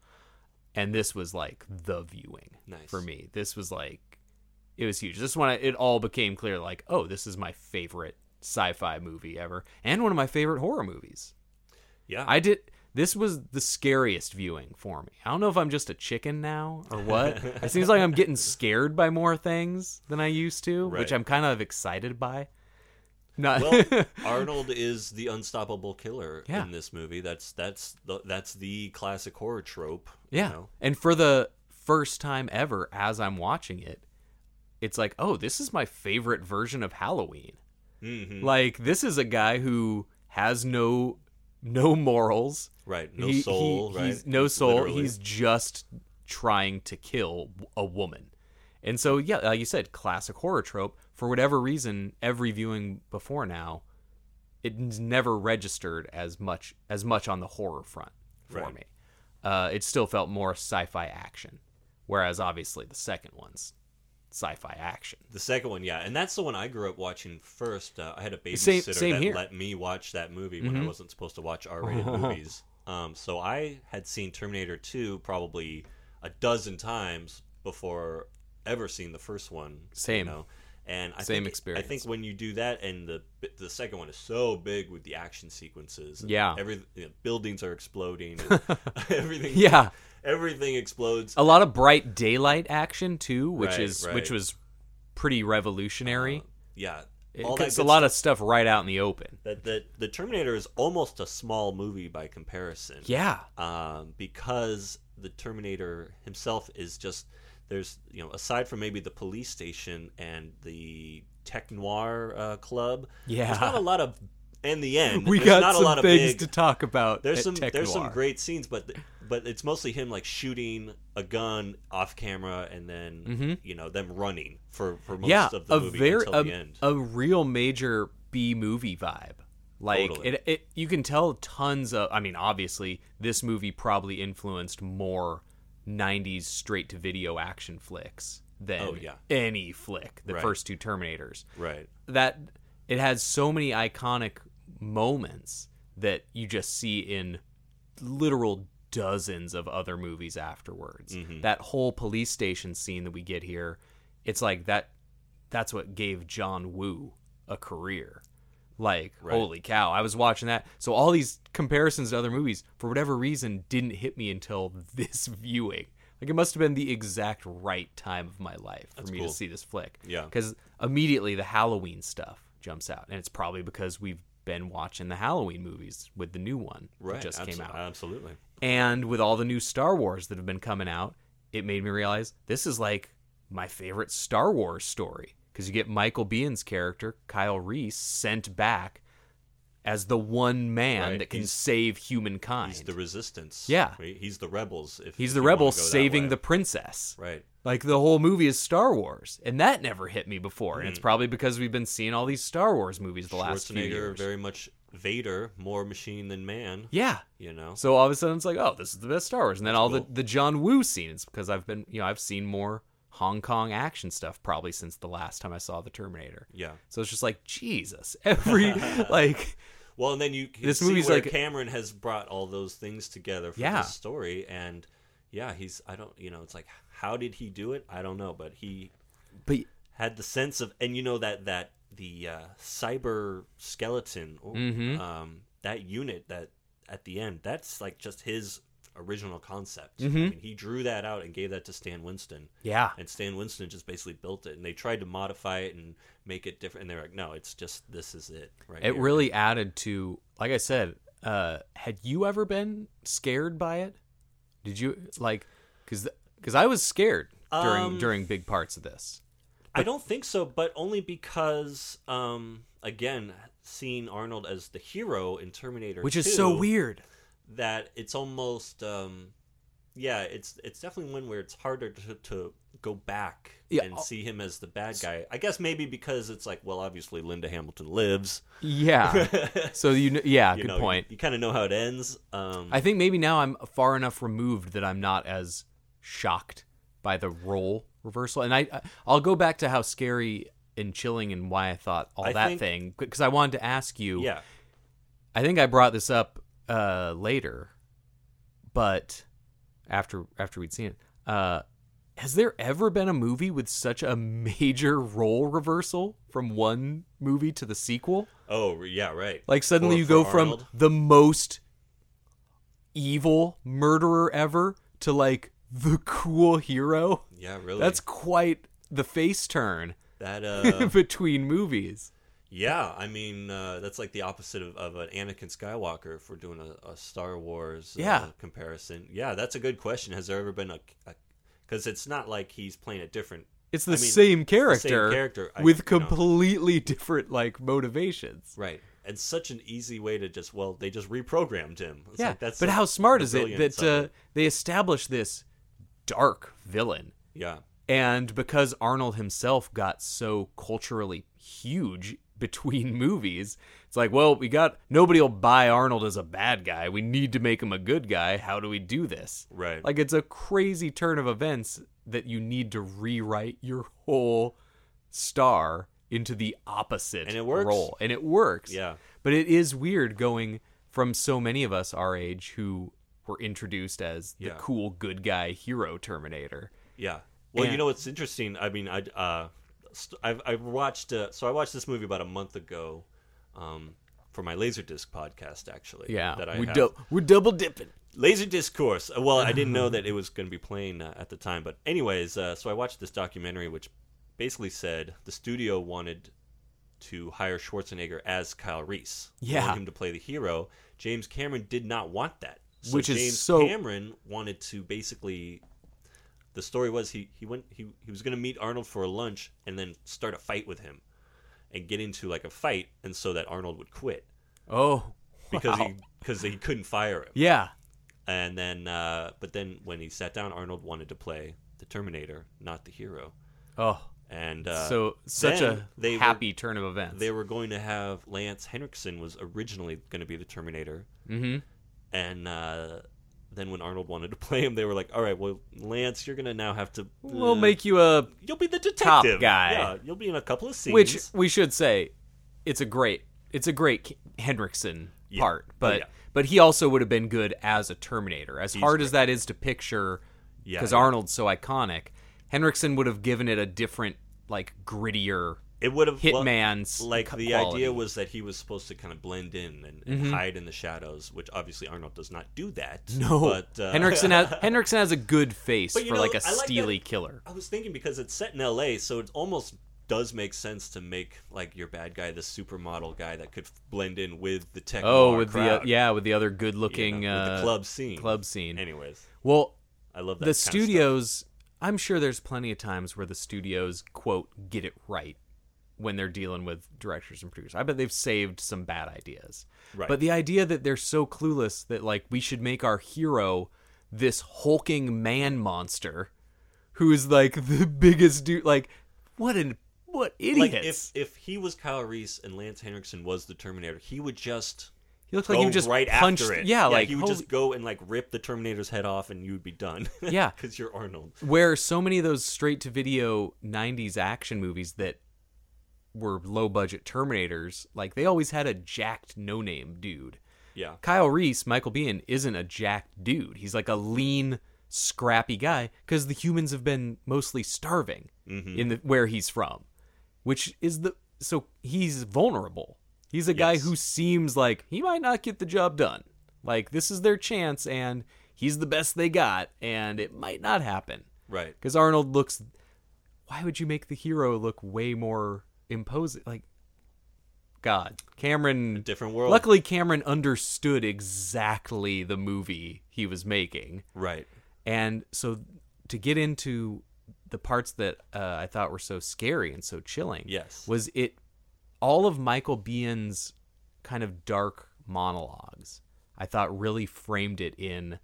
[SPEAKER 1] and this was like the viewing
[SPEAKER 2] Nice.
[SPEAKER 1] for me. This was like it was huge. This one, it all became clear. Like, oh, this is my favorite sci-fi movie ever, and one of my favorite horror movies.
[SPEAKER 2] Yeah,
[SPEAKER 1] I did. This was the scariest viewing for me. I don't know if I'm just a chicken now or what. it seems like I'm getting scared by more things than I used to, which
[SPEAKER 2] Right.
[SPEAKER 1] I'm kind of excited by. Not
[SPEAKER 2] well, Arnold is the unstoppable killer
[SPEAKER 1] Yeah.
[SPEAKER 2] in this movie. That's that's the, that's the classic horror trope. you
[SPEAKER 1] Yeah.
[SPEAKER 2] know?
[SPEAKER 1] And for the first time ever, as I'm watching it, it's like, oh, this is my favorite version of Halloween.
[SPEAKER 2] Hmm. Mm-hmm.
[SPEAKER 1] Like this is a guy who has no no morals,
[SPEAKER 2] right. No
[SPEAKER 1] He- he-
[SPEAKER 2] soul. right.
[SPEAKER 1] He's no soul.
[SPEAKER 2] Literally.
[SPEAKER 1] He's just trying to kill a woman. And so, yeah, like you said, classic horror trope. For whatever reason, every viewing before now, it's never registered as much as much on the horror front for
[SPEAKER 2] Right.
[SPEAKER 1] me. Uh, it still felt more sci-fi action, whereas obviously the second one's sci-fi action.
[SPEAKER 2] the second one. Yeah, and that's the one I grew up watching first. Uh, I had a babysitter
[SPEAKER 1] Same- same
[SPEAKER 2] that
[SPEAKER 1] here. Mm-hmm.
[SPEAKER 2] let me watch that movie when I wasn't supposed to watch R-rated movies. Um, so I had seen Terminator Two probably a dozen times before ever seeing the first one.
[SPEAKER 1] Same.
[SPEAKER 2] You know? And I
[SPEAKER 1] Same
[SPEAKER 2] think, I think
[SPEAKER 1] experience.
[SPEAKER 2] when you do that, and the the second one is so big with the action sequences. and
[SPEAKER 1] Yeah.
[SPEAKER 2] every you know, buildings are exploding. and everything.
[SPEAKER 1] Yeah.
[SPEAKER 2] everything explodes.
[SPEAKER 1] A lot of bright daylight action too, which
[SPEAKER 2] Right,
[SPEAKER 1] is
[SPEAKER 2] right.
[SPEAKER 1] which was pretty revolutionary.
[SPEAKER 2] Uh, yeah, all that
[SPEAKER 1] It's a
[SPEAKER 2] good
[SPEAKER 1] lot of stuff right out in the open.
[SPEAKER 2] that the the Terminator is almost a small movie by comparison.
[SPEAKER 1] Yeah.
[SPEAKER 2] Um, because the Terminator himself is just there's you know aside from maybe the police station and the tech noir uh, club.
[SPEAKER 1] Yeah.
[SPEAKER 2] There's not a lot of in the end.
[SPEAKER 1] We
[SPEAKER 2] there's
[SPEAKER 1] got
[SPEAKER 2] not
[SPEAKER 1] some
[SPEAKER 2] a lot
[SPEAKER 1] things
[SPEAKER 2] of big,
[SPEAKER 1] to talk about.
[SPEAKER 2] There's
[SPEAKER 1] at
[SPEAKER 2] some
[SPEAKER 1] Tech
[SPEAKER 2] there's some
[SPEAKER 1] Noir.
[SPEAKER 2] great scenes, but the, but it's mostly him like shooting a gun off camera and then you know them running for for most
[SPEAKER 1] Mm-hmm. yeah,
[SPEAKER 2] of the
[SPEAKER 1] a
[SPEAKER 2] movie
[SPEAKER 1] very
[SPEAKER 2] until
[SPEAKER 1] a,
[SPEAKER 2] the end.
[SPEAKER 1] a real major B movie vibe. Like
[SPEAKER 2] Totally.
[SPEAKER 1] it, it, you can tell tons of. I mean, obviously, this movie probably influenced more '90s straight to video action flicks than
[SPEAKER 2] Oh, yeah.
[SPEAKER 1] any flick. The
[SPEAKER 2] Right.
[SPEAKER 1] first two Terminators,
[SPEAKER 2] right.
[SPEAKER 1] that it has so many iconic moments that you just see in literal dozens of other movies afterwards. That whole police station scene that we get here, it's like that that's what gave John Woo a career. Like, holy cow, I was watching that. So all these comparisons to other movies for whatever reason didn't hit me until this viewing. Like it must have been the exact right time of my life for me
[SPEAKER 2] cool.
[SPEAKER 1] to see this flick.
[SPEAKER 2] Yeah.
[SPEAKER 1] Because immediately the Halloween stuff jumps out. And it's probably because we've been watching the Halloween movies with the new one
[SPEAKER 2] Right.
[SPEAKER 1] that just came
[SPEAKER 2] abso-
[SPEAKER 1] out.
[SPEAKER 2] Absolutely.
[SPEAKER 1] and with all the new Star Wars that have been coming out, it made me realize this is like my favorite Star Wars story. Because you get Michael Bihn's character, Kyle Reese, sent back as the one man
[SPEAKER 2] Right.
[SPEAKER 1] that can
[SPEAKER 2] He's-
[SPEAKER 1] save humankind.
[SPEAKER 2] He's the resistance.
[SPEAKER 1] Yeah.
[SPEAKER 2] Right? He's the rebels. If
[SPEAKER 1] He's
[SPEAKER 2] if
[SPEAKER 1] the
[SPEAKER 2] you wanna
[SPEAKER 1] rebel
[SPEAKER 2] go that
[SPEAKER 1] saving
[SPEAKER 2] way.
[SPEAKER 1] the princess.
[SPEAKER 2] Right.
[SPEAKER 1] Like the whole movie is Star Wars, and that never hit me before. And it's probably because we've been seeing all these Star Wars movies the last few
[SPEAKER 2] Mm. Schwarzenegger
[SPEAKER 1] years.
[SPEAKER 2] very much Vader, more machine than man.
[SPEAKER 1] yeah.
[SPEAKER 2] You know.
[SPEAKER 1] So all of a sudden it's like, oh, this is the best Star Wars. And then all
[SPEAKER 2] cool.
[SPEAKER 1] the the John Woo scene. It's because I've been, you know, I've seen more Hong Kong action stuff probably since the last time I saw the Terminator.
[SPEAKER 2] Yeah.
[SPEAKER 1] So it's just like Jesus, every like,
[SPEAKER 2] Well, and then you can
[SPEAKER 1] This
[SPEAKER 2] see
[SPEAKER 1] movie's
[SPEAKER 2] where
[SPEAKER 1] like-
[SPEAKER 2] Cameron has brought all those things together for
[SPEAKER 1] Yeah.
[SPEAKER 2] this story, and yeah, he's I don't you know it's like how did he do it? I don't know, but he
[SPEAKER 1] but
[SPEAKER 2] had the sense of and you know that that the uh, cyber skeleton ooh,
[SPEAKER 1] Mm-hmm.
[SPEAKER 2] um, that unit that at the end that's like just his original concept.
[SPEAKER 1] Mm-hmm.
[SPEAKER 2] I mean, he drew that out and gave that to Stan Winston.
[SPEAKER 1] yeah,
[SPEAKER 2] And Stan Winston just basically built it, and they tried to modify it and make it different. And they're like, "No, it's just this is it." Right?
[SPEAKER 1] it
[SPEAKER 2] here."
[SPEAKER 1] really added to. Like I said, uh, had you ever been scared by it? Did you like? Because because I was scared during
[SPEAKER 2] Um,
[SPEAKER 1] during big parts of this.
[SPEAKER 2] I don't think so, but only because, um, again, seeing Arnold as the hero in Terminator,
[SPEAKER 1] which is so
[SPEAKER 2] 2,
[SPEAKER 1] weird.
[SPEAKER 2] that it's almost, um, yeah, it's it's definitely one where it's harder to, to go back
[SPEAKER 1] Yeah, uh,
[SPEAKER 2] and
[SPEAKER 1] I'll-
[SPEAKER 2] see him as the bad guy. I guess maybe because it's like, well, obviously Linda Hamilton lives.
[SPEAKER 1] Yeah. so you kn- yeah,
[SPEAKER 2] You
[SPEAKER 1] Ah, good
[SPEAKER 2] know,
[SPEAKER 1] point.
[SPEAKER 2] You, kind of know how it ends. Um,
[SPEAKER 1] I think maybe now I'm far enough removed that I'm not as shocked by the role reversal. And I I- I'll go back to how scary and chilling and why I thought all
[SPEAKER 2] I
[SPEAKER 1] that
[SPEAKER 2] think-
[SPEAKER 1] thing because I wanted to ask you.
[SPEAKER 2] yeah,
[SPEAKER 1] I think I brought this up uh, later, but after after we'd seen it, uh, has there ever been a movie with such a major role reversal from one movie to the sequel?
[SPEAKER 2] oh yeah, right.
[SPEAKER 1] Like suddenly
[SPEAKER 2] For-
[SPEAKER 1] you
[SPEAKER 2] for
[SPEAKER 1] go from
[SPEAKER 2] Arnold.
[SPEAKER 1] the most evil murderer ever to like the cool hero.
[SPEAKER 2] yeah, really.
[SPEAKER 1] That's quite the face turn
[SPEAKER 2] that. Uh,
[SPEAKER 1] between movies.
[SPEAKER 2] Yeah, I mean uh, that's like the opposite of, of an Anakin Skywalker. If we're doing a, a Star Wars uh,
[SPEAKER 1] Yeah.
[SPEAKER 2] comparison, yeah, that's a good question. Has there ever been a? Because it's not like he's playing a different.
[SPEAKER 1] It's the
[SPEAKER 2] I mean,
[SPEAKER 1] same
[SPEAKER 2] it's the same
[SPEAKER 1] character,
[SPEAKER 2] character, I-
[SPEAKER 1] with
[SPEAKER 2] you know.
[SPEAKER 1] completely different like motivations.
[SPEAKER 2] Right, and such an easy way to just well, they just reprogrammed him. It's
[SPEAKER 1] yeah,
[SPEAKER 2] like, that's
[SPEAKER 1] but
[SPEAKER 2] the-
[SPEAKER 1] how smart
[SPEAKER 2] the
[SPEAKER 1] is it
[SPEAKER 2] brilliance
[SPEAKER 1] that
[SPEAKER 2] of
[SPEAKER 1] uh,
[SPEAKER 2] it.
[SPEAKER 1] they establish this dark villain
[SPEAKER 2] Yeah,
[SPEAKER 1] And because Arnold himself got so culturally huge between movies, it's like, well, we got nobody will buy Arnold as a bad guy. We need to make him a good guy. How do we do this?
[SPEAKER 2] right.
[SPEAKER 1] Like, it's a crazy turn of events that you need to rewrite your whole star into the opposite
[SPEAKER 2] And it works.
[SPEAKER 1] role. And it works.
[SPEAKER 2] Yeah.
[SPEAKER 1] But it is weird going from so many of us our age who were introduced as the
[SPEAKER 2] Yeah.
[SPEAKER 1] cool good guy hero Terminator.
[SPEAKER 2] Yeah. Well,
[SPEAKER 1] And-
[SPEAKER 2] you know what's interesting? I mean, I uh, st- I've, I've watched uh, so I watched this movie about a month ago, um, for my Laserdisc podcast actually.
[SPEAKER 1] Yeah,
[SPEAKER 2] That I
[SPEAKER 1] we
[SPEAKER 2] have.
[SPEAKER 1] dou- we're double dipping.
[SPEAKER 2] Laserdisc course. Uh, Well, I didn't know that it was going to be playing uh, at the time, but anyways, uh, so I watched this documentary which basically said the studio wanted to hire Schwarzenegger as Kyle Reese. They
[SPEAKER 1] Yeah.
[SPEAKER 2] wanted him to play the hero. James Cameron did not want that. So
[SPEAKER 1] Which is
[SPEAKER 2] James
[SPEAKER 1] so-
[SPEAKER 2] Cameron wanted to basically. The story was he he went he he was going to meet Arnold for a lunch and then start a fight with him, and get into like a fight, and so that Arnold would quit
[SPEAKER 1] Oh,
[SPEAKER 2] because
[SPEAKER 1] wow.
[SPEAKER 2] he because he couldn't fire him
[SPEAKER 1] yeah,
[SPEAKER 2] And then, uh, but then when he sat down, Arnold wanted to play the Terminator, not the hero.
[SPEAKER 1] Oh,
[SPEAKER 2] And uh,
[SPEAKER 1] so such
[SPEAKER 2] then
[SPEAKER 1] a
[SPEAKER 2] they were-
[SPEAKER 1] happy turn of events.
[SPEAKER 2] they were going to have Lance Henriksen was originally going to be the Terminator,
[SPEAKER 1] Mhm.
[SPEAKER 2] and uh, then when Arnold wanted to play him, they were like, "All right, well, Lance, you're going to now have to.
[SPEAKER 1] We'll
[SPEAKER 2] uh,
[SPEAKER 1] make you a
[SPEAKER 2] you'll be the detective
[SPEAKER 1] top guy."
[SPEAKER 2] Yeah, you'll be in a couple of scenes.
[SPEAKER 1] which we should say it's a great it's a great K- Henriksen
[SPEAKER 2] Yeah. Oh,
[SPEAKER 1] part, but
[SPEAKER 2] yeah.
[SPEAKER 1] but he also would have been good as a Terminator. As hard as that is to picture,
[SPEAKER 2] Yeah,
[SPEAKER 1] because
[SPEAKER 2] yeah.
[SPEAKER 1] Arnold's so iconic, Henriksen would have given it a different, like grittier.
[SPEAKER 2] it would have well,
[SPEAKER 1] Hitman's
[SPEAKER 2] like
[SPEAKER 1] co-
[SPEAKER 2] the
[SPEAKER 1] quality. Mm-hmm.
[SPEAKER 2] idea was that he was supposed to kind of blend in and, and hide in the shadows, which obviously Arnold does not do that.
[SPEAKER 1] No,
[SPEAKER 2] but uh,
[SPEAKER 1] Henriksen has Henriksen has a good face for
[SPEAKER 2] But, you know,
[SPEAKER 1] like a
[SPEAKER 2] I like that-
[SPEAKER 1] steely killer.
[SPEAKER 2] I was thinking because it's set in L.A., so it almost does make sense to make like your bad guy the supermodel guy that could f- blend in with the tech.
[SPEAKER 1] Oh,
[SPEAKER 2] noir
[SPEAKER 1] with the uh,
[SPEAKER 2] crowd,
[SPEAKER 1] yeah, with the other
[SPEAKER 2] you know,
[SPEAKER 1] good-looking
[SPEAKER 2] with
[SPEAKER 1] uh,
[SPEAKER 2] the club scene.
[SPEAKER 1] club scene.
[SPEAKER 2] Anyways,
[SPEAKER 1] Well,
[SPEAKER 2] I love that.
[SPEAKER 1] the
[SPEAKER 2] kind of stuff.
[SPEAKER 1] studios i'm sure there's plenty of times where the studios quote get it right when they're dealing with directors and producers i bet they've saved some bad ideas
[SPEAKER 2] Right.
[SPEAKER 1] but the idea that they're so clueless that like we should make our hero this hulking man monster who is like the biggest dude like what an what idiots
[SPEAKER 2] Like if if he was Kyle Reese and Lance Henriksen was the Terminator, he would just
[SPEAKER 1] he looks like
[SPEAKER 2] go
[SPEAKER 1] you just
[SPEAKER 2] right
[SPEAKER 1] punched
[SPEAKER 2] after it.
[SPEAKER 1] yeah, like
[SPEAKER 2] he would
[SPEAKER 1] holy-
[SPEAKER 2] just go and like rip the Terminator's head off, and you'd be done.
[SPEAKER 1] Yeah.
[SPEAKER 2] because you're Arnold.
[SPEAKER 1] where so many of those straight to video 90s action movies that were low budget terminators like they always had a jacked no name dude
[SPEAKER 2] Yeah,
[SPEAKER 1] kyle reese michael bean isn't a jacked dude he's like a lean scrappy guy because the humans have been mostly starving in the where he's from which is the so he's vulnerable he's a guy
[SPEAKER 2] Yes.
[SPEAKER 1] who seems like he might not get the job done like this is their chance and he's the best they got and it might not happen
[SPEAKER 2] right.
[SPEAKER 1] because Arnold looks. Why would you make the hero look way more imposing? Like, God, Cameron.
[SPEAKER 2] different world.
[SPEAKER 1] Luckily, Cameron understood exactly the movie he was making,
[SPEAKER 2] Right.
[SPEAKER 1] and so to get into the parts that uh, I thought were so scary and so chilling,
[SPEAKER 2] Yes.
[SPEAKER 1] was it all of Michael Biehn's kind of dark monologues? I thought really framed it in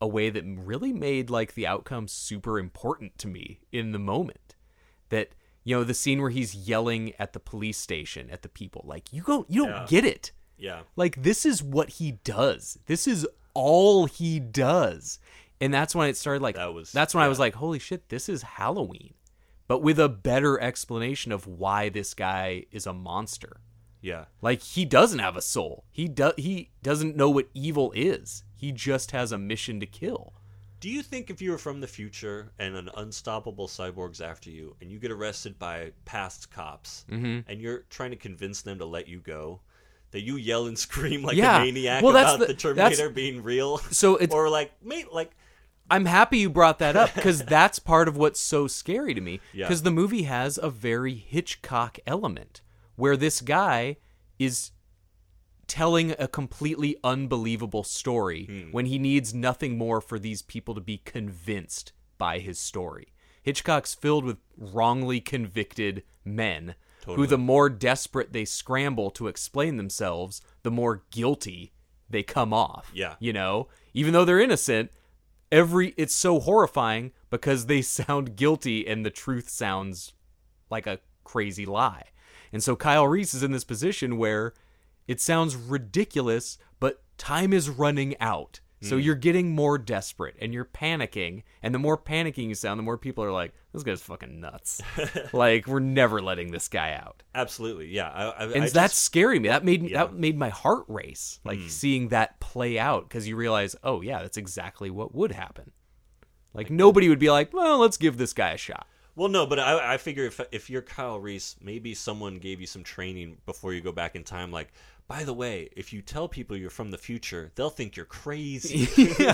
[SPEAKER 1] a way that really made like the outcome super important to me in the moment. That you know the scene where he's yelling at the police station at the people like you don't you don't
[SPEAKER 2] Yeah.
[SPEAKER 1] get it.
[SPEAKER 2] Yeah.
[SPEAKER 1] Like this is what he does. This is all he does. And that's when it started like
[SPEAKER 2] That was-
[SPEAKER 1] that's when I was
[SPEAKER 2] yeah.
[SPEAKER 1] like, holy shit, this is Halloween. But with a better explanation of why this guy is a monster.
[SPEAKER 2] Yeah.
[SPEAKER 1] Like he doesn't have a soul. He do- he doesn't know what evil is. He just has a mission to kill.
[SPEAKER 2] Do you think if you were from the future and an unstoppable cyborg's after you and you get arrested by past cops
[SPEAKER 1] Mm-hmm.
[SPEAKER 2] and you're trying to convince them to let you go, that you yell and scream like
[SPEAKER 1] Yeah.
[SPEAKER 2] a maniac
[SPEAKER 1] Well, that's
[SPEAKER 2] about
[SPEAKER 1] the-
[SPEAKER 2] the,
[SPEAKER 1] that's-
[SPEAKER 2] Terminator being real?
[SPEAKER 1] So it's-
[SPEAKER 2] or like mate like
[SPEAKER 1] I'm happy you brought that up because that's part of what's so scary to me.
[SPEAKER 2] Yeah.
[SPEAKER 1] Because the movie has a very Hitchcock element where this guy is telling a completely unbelievable story
[SPEAKER 2] Hmm.
[SPEAKER 1] when he needs nothing more for these people to be convinced by his story. Hitchcock's filled with wrongly convicted men who,
[SPEAKER 2] Totally.
[SPEAKER 1] the more desperate they scramble to explain themselves, the more guilty they come off.
[SPEAKER 2] Yeah.
[SPEAKER 1] You know, even though they're innocent, every it's so horrifying because they sound guilty and the truth sounds like a crazy lie. And so Kyle Reese is in this position where it sounds ridiculous, but time is running out. So you're getting more desperate and you're panicking. And the more panicking you sound, the more people are like, this guy's fucking nuts. like, we're never letting this guy out.
[SPEAKER 2] absolutely, yeah. I, I,
[SPEAKER 1] And
[SPEAKER 2] I
[SPEAKER 1] that
[SPEAKER 2] just-
[SPEAKER 1] scared me. That made
[SPEAKER 2] Yeah. Hmm.
[SPEAKER 1] that made my heart race. Like seeing that play out because you realize, oh yeah, that's exactly what would happen. Like nobody would be like, well, let's give this guy a shot.
[SPEAKER 2] well no, but I, I figure if if you're Kyle Reese, maybe someone gave you some training before you go back in time like by the way, if you tell people you're from the future, they'll think you're crazy.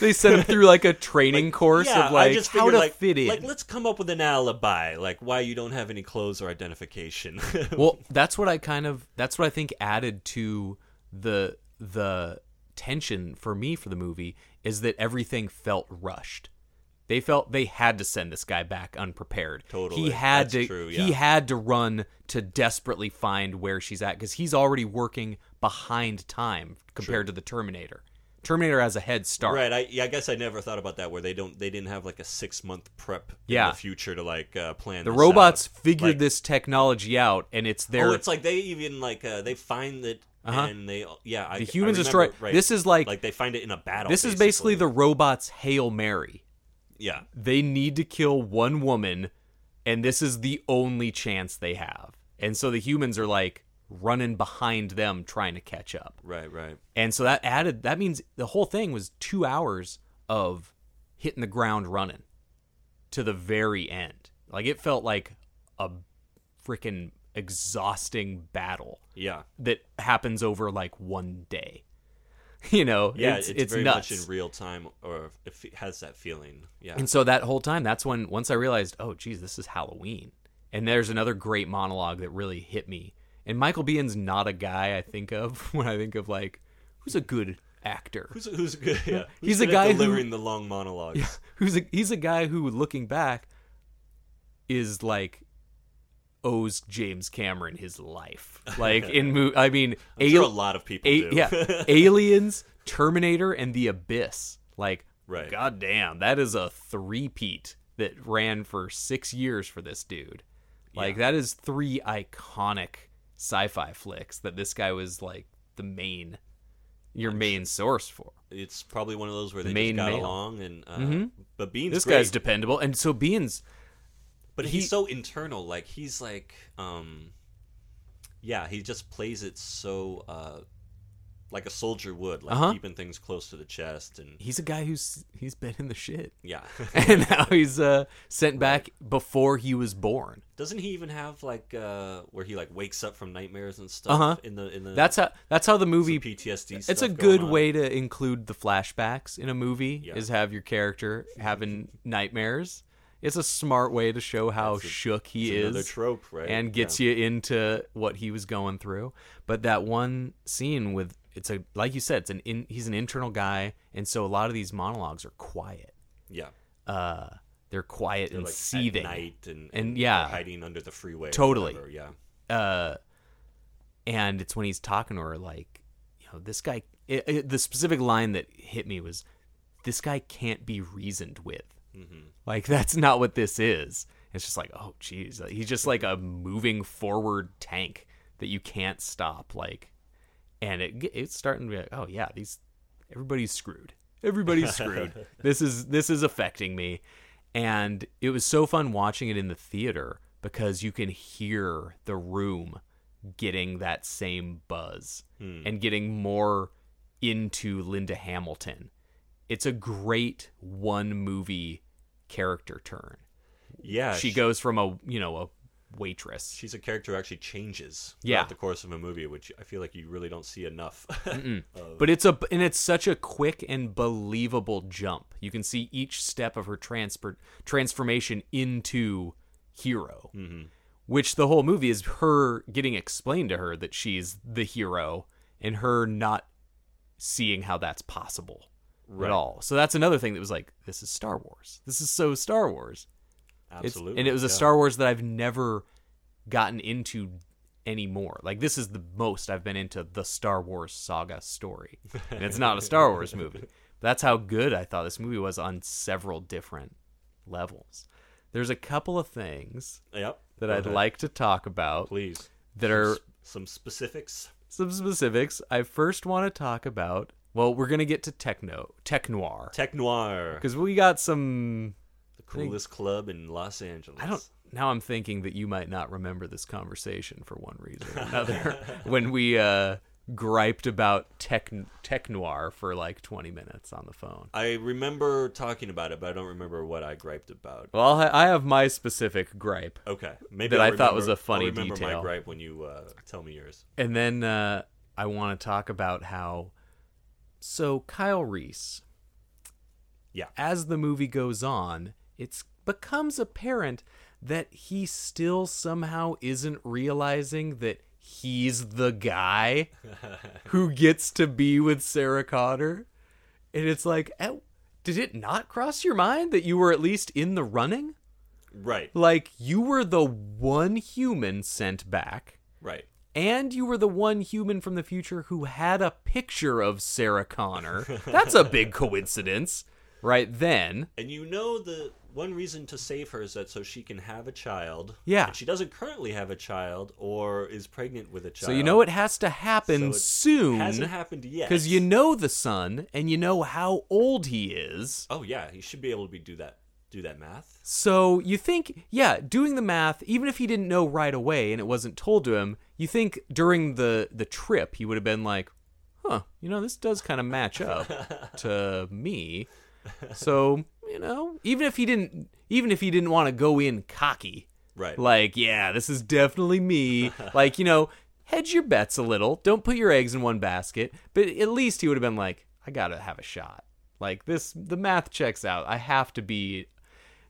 [SPEAKER 1] They sent him through like a training course
[SPEAKER 2] yeah,
[SPEAKER 1] of like
[SPEAKER 2] I just
[SPEAKER 1] how
[SPEAKER 2] figured,
[SPEAKER 1] to
[SPEAKER 2] like,
[SPEAKER 1] fit in.
[SPEAKER 2] Like, let's come up with an alibi, like why you don't have any clothes or identification.
[SPEAKER 1] well that's what i kind of that's what i think added to the the tension for me for the movie is that everything felt rushed they felt they had to send this guy back unprepared
[SPEAKER 2] Totally.
[SPEAKER 1] he had
[SPEAKER 2] That's
[SPEAKER 1] to
[SPEAKER 2] true,
[SPEAKER 1] he
[SPEAKER 2] yeah.
[SPEAKER 1] had to run to desperately find where she's at because he's already working behind time compared to the terminator Terminator has a head start.
[SPEAKER 2] Right. I, yeah, I guess I never thought about that. Where they don't, they didn't have like a six month prep
[SPEAKER 1] Yeah.
[SPEAKER 2] in the future to like uh, plan.
[SPEAKER 1] The
[SPEAKER 2] this
[SPEAKER 1] robots
[SPEAKER 2] out.
[SPEAKER 1] figured
[SPEAKER 2] Like,
[SPEAKER 1] this technology out, and it's their
[SPEAKER 2] Oh, it's like they even like uh, they find it
[SPEAKER 1] Uh-huh.
[SPEAKER 2] and they yeah. I,
[SPEAKER 1] The
[SPEAKER 2] I
[SPEAKER 1] humans
[SPEAKER 2] remember,
[SPEAKER 1] destroy- this is like-
[SPEAKER 2] like they find it in a battle.
[SPEAKER 1] this is basically the robots' hail mary.
[SPEAKER 2] yeah.
[SPEAKER 1] They need to kill one woman, and this is the only chance they have. And so the humans are like running behind them, trying to catch up.
[SPEAKER 2] Right. Right.
[SPEAKER 1] And so that added that means the whole thing was two hours of hitting the ground running to the very end. Like it felt like a freaking exhausting battle
[SPEAKER 2] Yeah.
[SPEAKER 1] that happens over like one day. You know,
[SPEAKER 2] Yeah.
[SPEAKER 1] it's,
[SPEAKER 2] It's,
[SPEAKER 1] it's
[SPEAKER 2] very
[SPEAKER 1] nuts.
[SPEAKER 2] much in real time, or if it has that feeling. Yeah.
[SPEAKER 1] and so that whole time, that's when once I realized, oh, geez, this is Halloween. And there's another great monologue that really hit me. And Michael Bean's not a guy I think of when I think of like who's a good actor.
[SPEAKER 2] Who's who's good? Yeah. Who's
[SPEAKER 1] He's a
[SPEAKER 2] good at
[SPEAKER 1] guy who-
[SPEAKER 2] delivering the long monologues.
[SPEAKER 1] who's a, he's a guy who looking back is like owes James Cameron his life. Like in mo- I mean
[SPEAKER 2] I'm sure a lot of people do.
[SPEAKER 1] a- yeah, Aliens, Terminator and The Abyss. Like
[SPEAKER 2] Right.
[SPEAKER 1] god damn, that is a three-peat that ran for 6 years for this dude. Like that is three iconic sci-fi flicks that this guy was like the main your main source for.
[SPEAKER 2] it's probably one of those where they just
[SPEAKER 1] Main
[SPEAKER 2] got
[SPEAKER 1] male. Mm-hmm.
[SPEAKER 2] along and uh, but Bean's
[SPEAKER 1] This
[SPEAKER 2] great,
[SPEAKER 1] guy's dependable and so Beans
[SPEAKER 2] but
[SPEAKER 1] he-
[SPEAKER 2] he's so internal like he's like um yeah he just plays it so uh like a soldier would like
[SPEAKER 1] Uh-huh.
[SPEAKER 2] keeping things close to the chest and
[SPEAKER 1] he's a guy who's he's been in the shit
[SPEAKER 2] yeah
[SPEAKER 1] and now he's uh sent back before he was born
[SPEAKER 2] doesn't he even have like uh where he like wakes up from nightmares and stuff
[SPEAKER 1] Uh-huh.
[SPEAKER 2] in the in the
[SPEAKER 1] that's how that's how the
[SPEAKER 2] some
[SPEAKER 1] movie
[SPEAKER 2] PTSD
[SPEAKER 1] it's a
[SPEAKER 2] stuff going
[SPEAKER 1] good
[SPEAKER 2] on.
[SPEAKER 1] way to include the flashbacks in a movie
[SPEAKER 2] Yeah.
[SPEAKER 1] is have your character having nightmares it's a smart way to show how
[SPEAKER 2] That's a-
[SPEAKER 1] shook he
[SPEAKER 2] it's another
[SPEAKER 1] is
[SPEAKER 2] trope, right?
[SPEAKER 1] and gets you into what he was going through but that one scene with it's a like you said it's an in, he's an internal guy and so a lot of these monologues are quiet
[SPEAKER 2] yeah
[SPEAKER 1] uh they're quiet
[SPEAKER 2] They're,
[SPEAKER 1] and
[SPEAKER 2] like
[SPEAKER 1] seething
[SPEAKER 2] at night and,
[SPEAKER 1] And, yeah.
[SPEAKER 2] or hiding under the freeway or
[SPEAKER 1] Totally.
[SPEAKER 2] whatever, yeah
[SPEAKER 1] uh, and it's when he's talking to her like you know this guy it, it- the specific line that hit me was this guy can't be reasoned with like that's not what this is it's just like oh geez he's just like a moving forward tank that you can't stop like and it ge- it's starting to be like oh yeah these everybody's screwed everybody's screwed this is this is affecting me and it was so fun watching it in the theater because you can hear the room getting that same buzz and getting more into Linda Hamilton it's a great one movie character turn
[SPEAKER 2] yeah
[SPEAKER 1] she goes from a you know a waitress
[SPEAKER 2] she's a character who actually changes
[SPEAKER 1] Yeah.
[SPEAKER 2] throughout the course of a movie, which I feel like you really don't see enough.
[SPEAKER 1] But it's a and it's such a quick and believable jump. You can see each step of her transport transformation into hero, which the whole movie is her getting explained to her that she's the hero and her not seeing how that's possible at all. So that's another thing that was like, this is Star Wars. This is so Star Wars. It's-
[SPEAKER 2] Absolutely.
[SPEAKER 1] and it was a
[SPEAKER 2] yeah.
[SPEAKER 1] Star Wars that I've never gotten into anymore. Like this is the most I've been into the Star Wars saga story. And it's not a Star Wars movie. That's how good I thought this movie was on several different levels. There's a couple of things
[SPEAKER 2] Yep.
[SPEAKER 1] that
[SPEAKER 2] Go
[SPEAKER 1] I'd
[SPEAKER 2] ahead.
[SPEAKER 1] like to talk about
[SPEAKER 2] Please.
[SPEAKER 1] that are
[SPEAKER 2] Some specifics.
[SPEAKER 1] some specifics. I first want to talk about well, we're gonna get to techno tech noir.
[SPEAKER 2] Tech Noir.
[SPEAKER 1] Because we got some
[SPEAKER 2] The coolest club in Los Angeles.
[SPEAKER 1] I don't. Now I'm thinking that you might not remember this conversation for one reason or another. when we uh, griped about tech tech noir for like 20 minutes on the phone.
[SPEAKER 2] I remember talking about it, but I don't remember what I griped about.
[SPEAKER 1] Well, I'll ha- I have my specific gripe,
[SPEAKER 2] Okay, maybe
[SPEAKER 1] That
[SPEAKER 2] I'll
[SPEAKER 1] I thought was
[SPEAKER 2] remember-
[SPEAKER 1] a funny
[SPEAKER 2] I'll remember
[SPEAKER 1] detail.
[SPEAKER 2] my gripe when you uh, tell me yours.
[SPEAKER 1] and then uh, I want to talk about how. So Kyle Reese,
[SPEAKER 2] Yeah.
[SPEAKER 1] as the movie goes on, it becomes apparent that he still somehow isn't realizing that he's the guy who gets to be with Sarah Connor. And it's like, eh, did it not cross your mind that you were at least in the running?
[SPEAKER 2] Right.
[SPEAKER 1] Like, you were the one human sent back
[SPEAKER 2] Right.
[SPEAKER 1] and you were the one human from the future who had a picture of Sarah Connor. That's a big coincidence. Right then,
[SPEAKER 2] And you know the one reason to save her is that so she can have a child.
[SPEAKER 1] Yeah.
[SPEAKER 2] And she doesn't currently have a child or is pregnant with a child.
[SPEAKER 1] so you know it has to
[SPEAKER 2] So
[SPEAKER 1] happen
[SPEAKER 2] it
[SPEAKER 1] soon.
[SPEAKER 2] Hasn't happened yet.
[SPEAKER 1] Because you know the son, and you know how old he is.
[SPEAKER 2] Oh yeah, you should be able to be do that do that math.
[SPEAKER 1] So you think, yeah, doing the math, even if he didn't know right away and it wasn't told to him, you think during the the trip he would have been like, "Huh, you know, this does kind of match up to me." So you know, even if he didn't, even if he didn't want to go in cocky,
[SPEAKER 2] Right.
[SPEAKER 1] like, yeah, this is definitely me. like, you know, hedge your bets a little. Don't put your eggs in one basket. But at least he would have been like, I gotta have a shot. Like this, the math checks out. I have to be,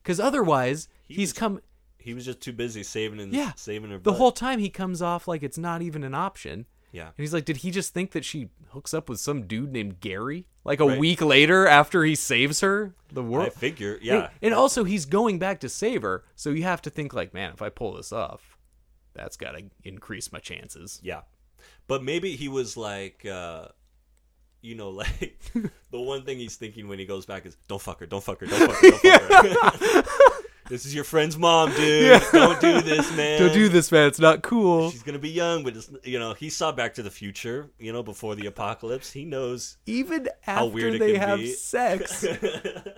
[SPEAKER 1] because otherwise he's
[SPEAKER 2] was-
[SPEAKER 1] come.
[SPEAKER 2] he was just too busy saving and
[SPEAKER 1] Yeah,
[SPEAKER 2] saving her
[SPEAKER 1] the
[SPEAKER 2] butt.
[SPEAKER 1] whole time he comes off like it's not even an option.
[SPEAKER 2] Yeah.
[SPEAKER 1] And he's like, did he just think that she hooks up with some dude named Gary? Like a
[SPEAKER 2] Right.
[SPEAKER 1] week later after he saves her, the world.
[SPEAKER 2] I figure,
[SPEAKER 1] And-
[SPEAKER 2] yeah.
[SPEAKER 1] And also, he's going back to save her, so you have to think like, man, if I pull this off, that's got to increase my chances.
[SPEAKER 2] Yeah. But maybe he was like, uh, you know, like the one thing he's thinking when he goes back is, don't fuck her, don't fuck her, don't fuck her, don't fuck her. this is your friend's mom, dude. Don't do this, man.
[SPEAKER 1] Don't do this, man. It's not cool.
[SPEAKER 2] She's going to be young, but it's, you know, he saw Back to the Future, you know, before the apocalypse. He knows.
[SPEAKER 1] Even
[SPEAKER 2] How
[SPEAKER 1] after
[SPEAKER 2] weird it
[SPEAKER 1] they
[SPEAKER 2] can
[SPEAKER 1] have
[SPEAKER 2] be.
[SPEAKER 1] sex,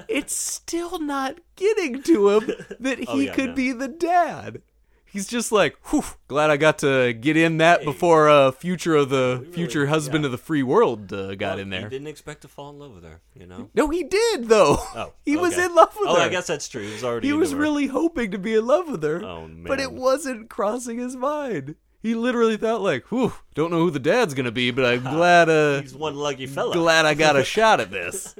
[SPEAKER 1] it's still not getting to him that he
[SPEAKER 2] Oh, yeah,
[SPEAKER 1] could
[SPEAKER 2] no.
[SPEAKER 1] be the dad. He's just like, whew, glad I got to get in that before uh, future of the future husband of the free world uh, got in
[SPEAKER 2] He
[SPEAKER 1] there.
[SPEAKER 2] didn't expect to fall in love with her, you know?
[SPEAKER 1] no, he did though.
[SPEAKER 2] Oh,
[SPEAKER 1] he was
[SPEAKER 2] okay.
[SPEAKER 1] in love with
[SPEAKER 2] oh,
[SPEAKER 1] her.
[SPEAKER 2] I guess that's true. He was already.
[SPEAKER 1] he
[SPEAKER 2] into
[SPEAKER 1] was
[SPEAKER 2] her.
[SPEAKER 1] really hoping to be in love with her,
[SPEAKER 2] Oh, man.
[SPEAKER 1] but it wasn't crossing his mind. He literally thought like, "Whew, don't know who the dad's gonna be, but I'm glad uh,
[SPEAKER 2] He's one lucky fella.
[SPEAKER 1] glad I got a shot at this."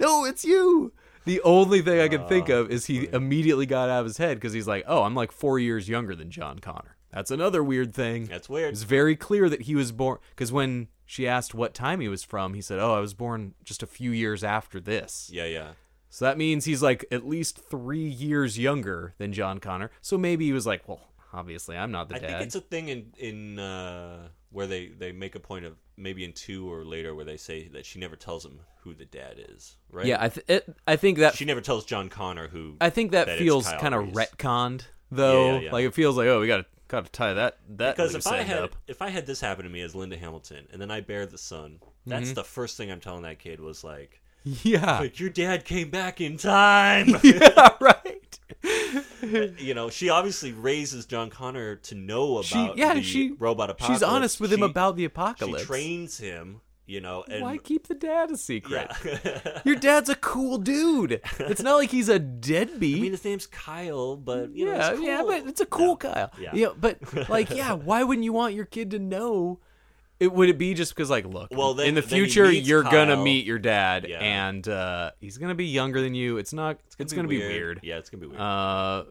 [SPEAKER 1] no, it's you. The only thing I can
[SPEAKER 2] Ah,
[SPEAKER 1] think of is he immediately got out of his head because he's like, "Oh, I'm like four years younger than John Connor." That's another weird thing.
[SPEAKER 2] That's
[SPEAKER 1] It
[SPEAKER 2] weird.
[SPEAKER 1] was very clear that he was born because when she asked what time he was from, he said, "Oh, I was born just a few years after this."
[SPEAKER 2] Yeah, yeah.
[SPEAKER 1] So that means he's like at least three years younger than John Connor. So maybe he was like, well, obviously I'm not the
[SPEAKER 2] I
[SPEAKER 1] dad.
[SPEAKER 2] think it's a thing in in uh, where they they make a point of maybe in two or later where they say that she never tells him who the dad is, right?
[SPEAKER 1] yeah, I, th- it, I think that
[SPEAKER 2] she never tells John Connor who.
[SPEAKER 1] I think that,
[SPEAKER 2] it's
[SPEAKER 1] feels
[SPEAKER 2] Kyle
[SPEAKER 1] kind of
[SPEAKER 2] Reese.
[SPEAKER 1] retconned though.
[SPEAKER 2] Yeah, yeah, yeah.
[SPEAKER 1] Like it feels like oh, we gotta gotta tie that that
[SPEAKER 2] Because
[SPEAKER 1] loose
[SPEAKER 2] if I
[SPEAKER 1] end
[SPEAKER 2] had
[SPEAKER 1] up.
[SPEAKER 2] if I had this happen to me as Linda Hamilton and then I bear the son,
[SPEAKER 1] Mm-hmm.
[SPEAKER 2] that's the first thing I'm telling that kid was like,
[SPEAKER 1] Yeah,
[SPEAKER 2] like your dad came back in time.
[SPEAKER 1] yeah, right.
[SPEAKER 2] you know, she obviously raises John Connor to know about
[SPEAKER 1] She yeah
[SPEAKER 2] the
[SPEAKER 1] she
[SPEAKER 2] robot apocalypse.
[SPEAKER 1] She's honest with him
[SPEAKER 2] She-
[SPEAKER 1] about the apocalypse.
[SPEAKER 2] She trains him, you know, and
[SPEAKER 1] Why keep the dad a secret?
[SPEAKER 2] yeah.
[SPEAKER 1] Your dad's a cool dude. It's not like he's a deadbeat.
[SPEAKER 2] I mean, his name's Kyle, but you know,
[SPEAKER 1] yeah,
[SPEAKER 2] it's
[SPEAKER 1] yeah,
[SPEAKER 2] cool.
[SPEAKER 1] but it's a cool
[SPEAKER 2] Yeah.
[SPEAKER 1] Kyle. Yeah.
[SPEAKER 2] Yeah.
[SPEAKER 1] but like, yeah, why wouldn't you want your kid to know? It would it be just because like, look,
[SPEAKER 2] Well, then-
[SPEAKER 1] in the
[SPEAKER 2] then he
[SPEAKER 1] future
[SPEAKER 2] meets
[SPEAKER 1] you're gonna
[SPEAKER 2] Kyle.
[SPEAKER 1] meet your dad,
[SPEAKER 2] Yeah.
[SPEAKER 1] and uh, he's gonna be younger than you. It's not. It's gonna, be, weird.
[SPEAKER 2] Yeah, it's gonna be weird.
[SPEAKER 1] Uh,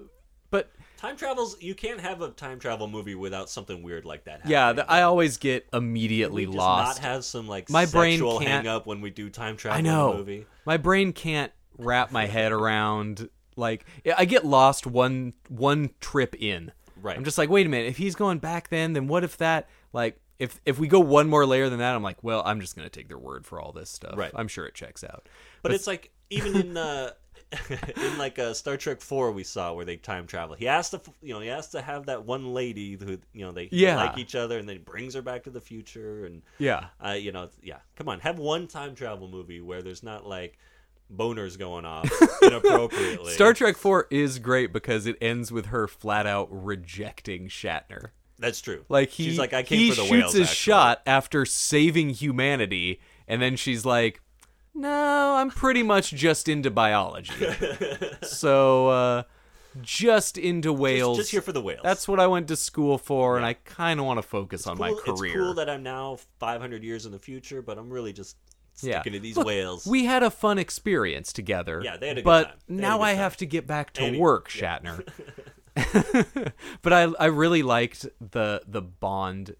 [SPEAKER 1] but
[SPEAKER 2] time travels. You can't have a time travel movie without something weird like that. Happening.
[SPEAKER 1] yeah, the, I always get
[SPEAKER 2] we
[SPEAKER 1] immediately
[SPEAKER 2] just
[SPEAKER 1] lost.
[SPEAKER 2] Not have some like
[SPEAKER 1] My brain
[SPEAKER 2] sexual
[SPEAKER 1] can't-
[SPEAKER 2] hang up when we do time travel.
[SPEAKER 1] I know.
[SPEAKER 2] In a movie.
[SPEAKER 1] My brain can't wrap my head around. Like, I get lost one one trip in.
[SPEAKER 2] Right.
[SPEAKER 1] I'm just like, wait a minute. If he's going back then, then what if that like if if we go one more layer than that, I'm like, well, I'm just gonna take their word for all this stuff.
[SPEAKER 2] Right.
[SPEAKER 1] I'm sure it checks out.
[SPEAKER 2] But it's like even in uh, in like uh, Star Trek Four we saw where they time travel. He has to f- you know he has to have that one lady who you know they
[SPEAKER 1] Yeah.
[SPEAKER 2] like each other and then he brings her back to the future and
[SPEAKER 1] Yeah.
[SPEAKER 2] uh, you know yeah come on have one time travel movie where there's not like boners going off inappropriately.
[SPEAKER 1] Star Trek Four is great because it ends with her flat out rejecting Shatner.
[SPEAKER 2] That's true.
[SPEAKER 1] Like he,
[SPEAKER 2] she's like I came
[SPEAKER 1] he
[SPEAKER 2] for the
[SPEAKER 1] shoots
[SPEAKER 2] whales.
[SPEAKER 1] his
[SPEAKER 2] actually.
[SPEAKER 1] shot after saving humanity, and then she's like, "No, I'm pretty much just into biology, so uh, just into whales.
[SPEAKER 2] Just, just here for the whales.
[SPEAKER 1] That's what I went to school for, and I kind of want to focus on my
[SPEAKER 2] cool.
[SPEAKER 1] career.
[SPEAKER 2] It's cool that I'm now 500 years in the future, but I'm really just
[SPEAKER 1] yeah.
[SPEAKER 2] sticking to these
[SPEAKER 1] Look,
[SPEAKER 2] whales.
[SPEAKER 1] We had a fun experience together.
[SPEAKER 2] Yeah, they had a good
[SPEAKER 1] But
[SPEAKER 2] time. They had a
[SPEAKER 1] now
[SPEAKER 2] good
[SPEAKER 1] I
[SPEAKER 2] time.
[SPEAKER 1] have to get back to
[SPEAKER 2] Anyway,
[SPEAKER 1] work, Shatner. but I I really liked the the bond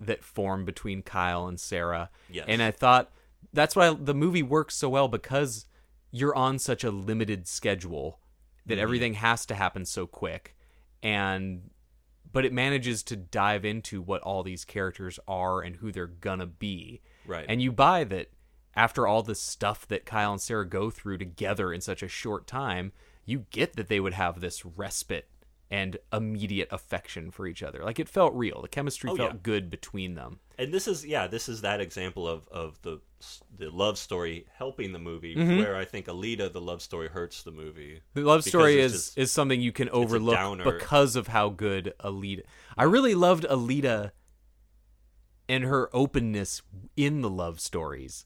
[SPEAKER 1] that formed between Kyle and Sarah.
[SPEAKER 2] Yes.
[SPEAKER 1] And I thought that's why the movie works so well because you're on such a
[SPEAKER 2] Mm-hmm.
[SPEAKER 1] limited schedule that everything has to happen so quick and but it manages to dive into what all these characters are and who they're gonna be.
[SPEAKER 2] Right.
[SPEAKER 1] And you buy that after all the stuff that Kyle and Sarah go through together in such a short time, you get that they would have this respite and immediate affection for each other. Like it felt real. The chemistry
[SPEAKER 2] Oh,
[SPEAKER 1] felt
[SPEAKER 2] yeah.
[SPEAKER 1] good between them.
[SPEAKER 2] and this is yeah this is that example of of the the love story helping the movie
[SPEAKER 1] Mm-hmm.
[SPEAKER 2] where i think alita the love story hurts the movie
[SPEAKER 1] The love
[SPEAKER 2] Because
[SPEAKER 1] story
[SPEAKER 2] it's
[SPEAKER 1] is
[SPEAKER 2] just-
[SPEAKER 1] is something you can overlook
[SPEAKER 2] downer.
[SPEAKER 1] because of how good Alita. I really loved Alita and her openness in the love stories.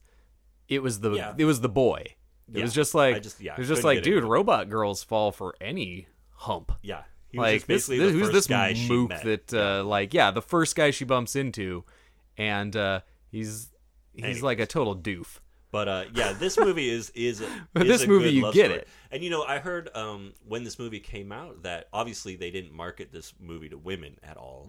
[SPEAKER 1] It was the
[SPEAKER 2] Yeah.
[SPEAKER 1] it was the boy. It
[SPEAKER 2] Yeah.
[SPEAKER 1] was just like
[SPEAKER 2] I just- yeah,
[SPEAKER 1] it was just
[SPEAKER 2] couldn't
[SPEAKER 1] like
[SPEAKER 2] get into
[SPEAKER 1] dude, robot girls fall for any hump.
[SPEAKER 2] yeah he was
[SPEAKER 1] like
[SPEAKER 2] just
[SPEAKER 1] this,
[SPEAKER 2] basically
[SPEAKER 1] this-
[SPEAKER 2] the
[SPEAKER 1] who's
[SPEAKER 2] first
[SPEAKER 1] this
[SPEAKER 2] guy she
[SPEAKER 1] mook
[SPEAKER 2] met.
[SPEAKER 1] that uh, like yeah the first guy she bumps into, and uh, he's he's
[SPEAKER 2] Anyways.
[SPEAKER 1] like a total doof.
[SPEAKER 2] But uh, yeah, this movie is is, is
[SPEAKER 1] But this
[SPEAKER 2] a
[SPEAKER 1] movie,
[SPEAKER 2] good
[SPEAKER 1] you
[SPEAKER 2] love
[SPEAKER 1] get
[SPEAKER 2] story.
[SPEAKER 1] it.
[SPEAKER 2] And you know, I heard um, when this movie came out that obviously they didn't market this movie to women at all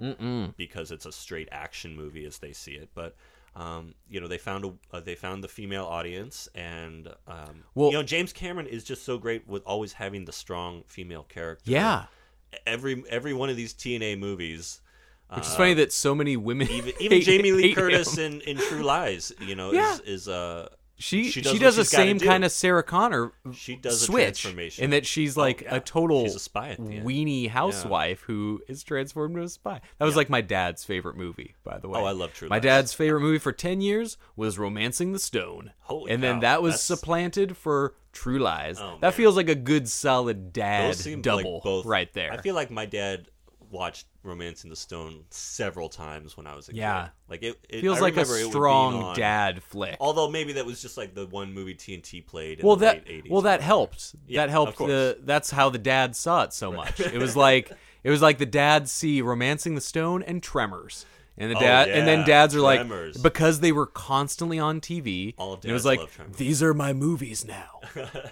[SPEAKER 2] because it's a straight action movie as they see it. But um, you know, they found a uh, they found the female audience, and um,
[SPEAKER 1] Well-
[SPEAKER 2] you know, James Cameron is just so great with always having the strong female character.
[SPEAKER 1] Yeah,
[SPEAKER 2] every every one of these TNA movies.
[SPEAKER 1] which is funny that so many women
[SPEAKER 2] Uh, Even, even Jamie Lee
[SPEAKER 1] hate
[SPEAKER 2] Curtis
[SPEAKER 1] him.
[SPEAKER 2] in, in True Lies, you know,
[SPEAKER 1] um, Yeah.
[SPEAKER 2] is is uh
[SPEAKER 1] she she
[SPEAKER 2] she does
[SPEAKER 1] does, the
[SPEAKER 2] what she's gotta
[SPEAKER 1] same
[SPEAKER 2] do.
[SPEAKER 1] kind of Sarah Connor
[SPEAKER 2] She does a
[SPEAKER 1] switch
[SPEAKER 2] transformation.
[SPEAKER 1] in that she's
[SPEAKER 2] Oh,
[SPEAKER 1] like
[SPEAKER 2] yeah.
[SPEAKER 1] a total
[SPEAKER 2] She's a spy at the end.
[SPEAKER 1] weenie housewife who is transformed into a spy. That was like my dad's favorite movie, by the way.
[SPEAKER 2] Oh, I love True
[SPEAKER 1] My
[SPEAKER 2] Lies.
[SPEAKER 1] dad's favorite movie for ten years was Romancing the Stone,
[SPEAKER 2] Holy
[SPEAKER 1] and then
[SPEAKER 2] cow,
[SPEAKER 1] that was
[SPEAKER 2] that's-
[SPEAKER 1] supplanted for True Lies.
[SPEAKER 2] Oh,
[SPEAKER 1] that
[SPEAKER 2] man.
[SPEAKER 1] feels like a good solid dad
[SPEAKER 2] Those seem
[SPEAKER 1] double
[SPEAKER 2] like both,
[SPEAKER 1] right there.
[SPEAKER 2] I feel like my dad watched *Romance in the Stone* several times when I was a
[SPEAKER 1] Yeah.
[SPEAKER 2] kid. Like it, it
[SPEAKER 1] feels
[SPEAKER 2] I
[SPEAKER 1] like a
[SPEAKER 2] remember it would be
[SPEAKER 1] strong
[SPEAKER 2] on-
[SPEAKER 1] dad flick.
[SPEAKER 2] Although maybe that was just like the one movie TNT played. In
[SPEAKER 1] well
[SPEAKER 2] the
[SPEAKER 1] that
[SPEAKER 2] late 80s
[SPEAKER 1] well
[SPEAKER 2] or
[SPEAKER 1] that
[SPEAKER 2] whatever.
[SPEAKER 1] helped
[SPEAKER 2] Yeah,
[SPEAKER 1] that helped
[SPEAKER 2] of course.
[SPEAKER 1] the that's how the dad saw it so much it was like it was like the dads see romancing the stone and tremors and the
[SPEAKER 2] Oh,
[SPEAKER 1] dad and then
[SPEAKER 2] yeah,
[SPEAKER 1] dads are
[SPEAKER 2] Tremors.
[SPEAKER 1] like because they were constantly on tv
[SPEAKER 2] All
[SPEAKER 1] and it was
[SPEAKER 2] dads
[SPEAKER 1] like
[SPEAKER 2] love Tremors.
[SPEAKER 1] these are my movies now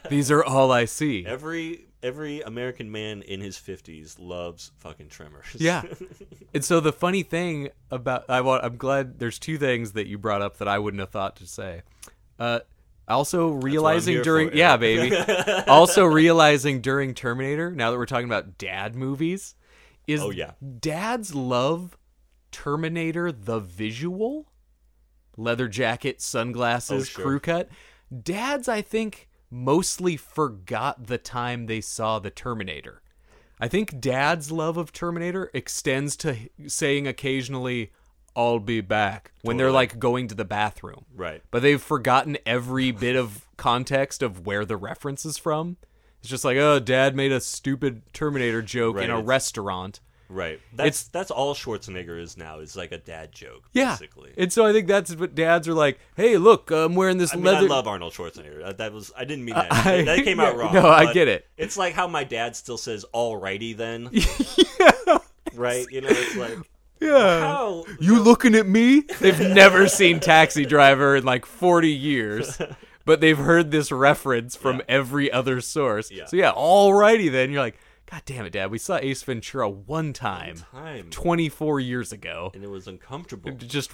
[SPEAKER 1] these are all i see
[SPEAKER 2] Every every American man in his fifties loves fucking Tremors.
[SPEAKER 1] Yeah. and so the funny thing about I want I'm glad there's two things that you brought up that I wouldn't have thought to say. Uh also realizing
[SPEAKER 2] here
[SPEAKER 1] during
[SPEAKER 2] for,
[SPEAKER 1] yeah,
[SPEAKER 2] Eric.
[SPEAKER 1] baby. also realizing during Terminator, now that we're talking about dad movies, is
[SPEAKER 2] Oh, yeah.
[SPEAKER 1] dads love Terminator the visual leather jacket, sunglasses,
[SPEAKER 2] Oh, sure.
[SPEAKER 1] crew cut. Dads, I think, mostly forgot the time they saw the Terminator. I think dad's love of Terminator extends to h- saying occasionally, I'll be back, when they're like going to the bathroom.
[SPEAKER 2] Right.
[SPEAKER 1] But they've forgotten every bit of context of where the reference is from. It's just like, oh, dad made a stupid Terminator joke
[SPEAKER 2] Right,
[SPEAKER 1] in a
[SPEAKER 2] it's-
[SPEAKER 1] restaurant.
[SPEAKER 2] Right. That's
[SPEAKER 1] It's-
[SPEAKER 2] that's all Schwarzenegger is now. Is like a dad joke.
[SPEAKER 1] Yeah.
[SPEAKER 2] Basically.
[SPEAKER 1] And so I think that's what dads are like, hey, look, I'm wearing this
[SPEAKER 2] I mean,
[SPEAKER 1] leather.
[SPEAKER 2] I love Arnold Schwarzenegger. Uh, That was I didn't mean that.
[SPEAKER 1] I-
[SPEAKER 2] that came out wrong.
[SPEAKER 1] No, I
[SPEAKER 2] but
[SPEAKER 1] get it.
[SPEAKER 2] It's like how my dad still says "alrighty then," right? You know, it's like
[SPEAKER 1] yeah.
[SPEAKER 2] how
[SPEAKER 1] You looking at me? They've never seen Taxi Driver in like 40 years, but they've heard this reference from every other source.
[SPEAKER 2] Yeah.
[SPEAKER 1] So yeah, alrighty then. You're like, God damn it, Dad! We saw Ace Ventura one time,
[SPEAKER 2] time,
[SPEAKER 1] 24 years ago.
[SPEAKER 2] and it was uncomfortable.
[SPEAKER 1] Just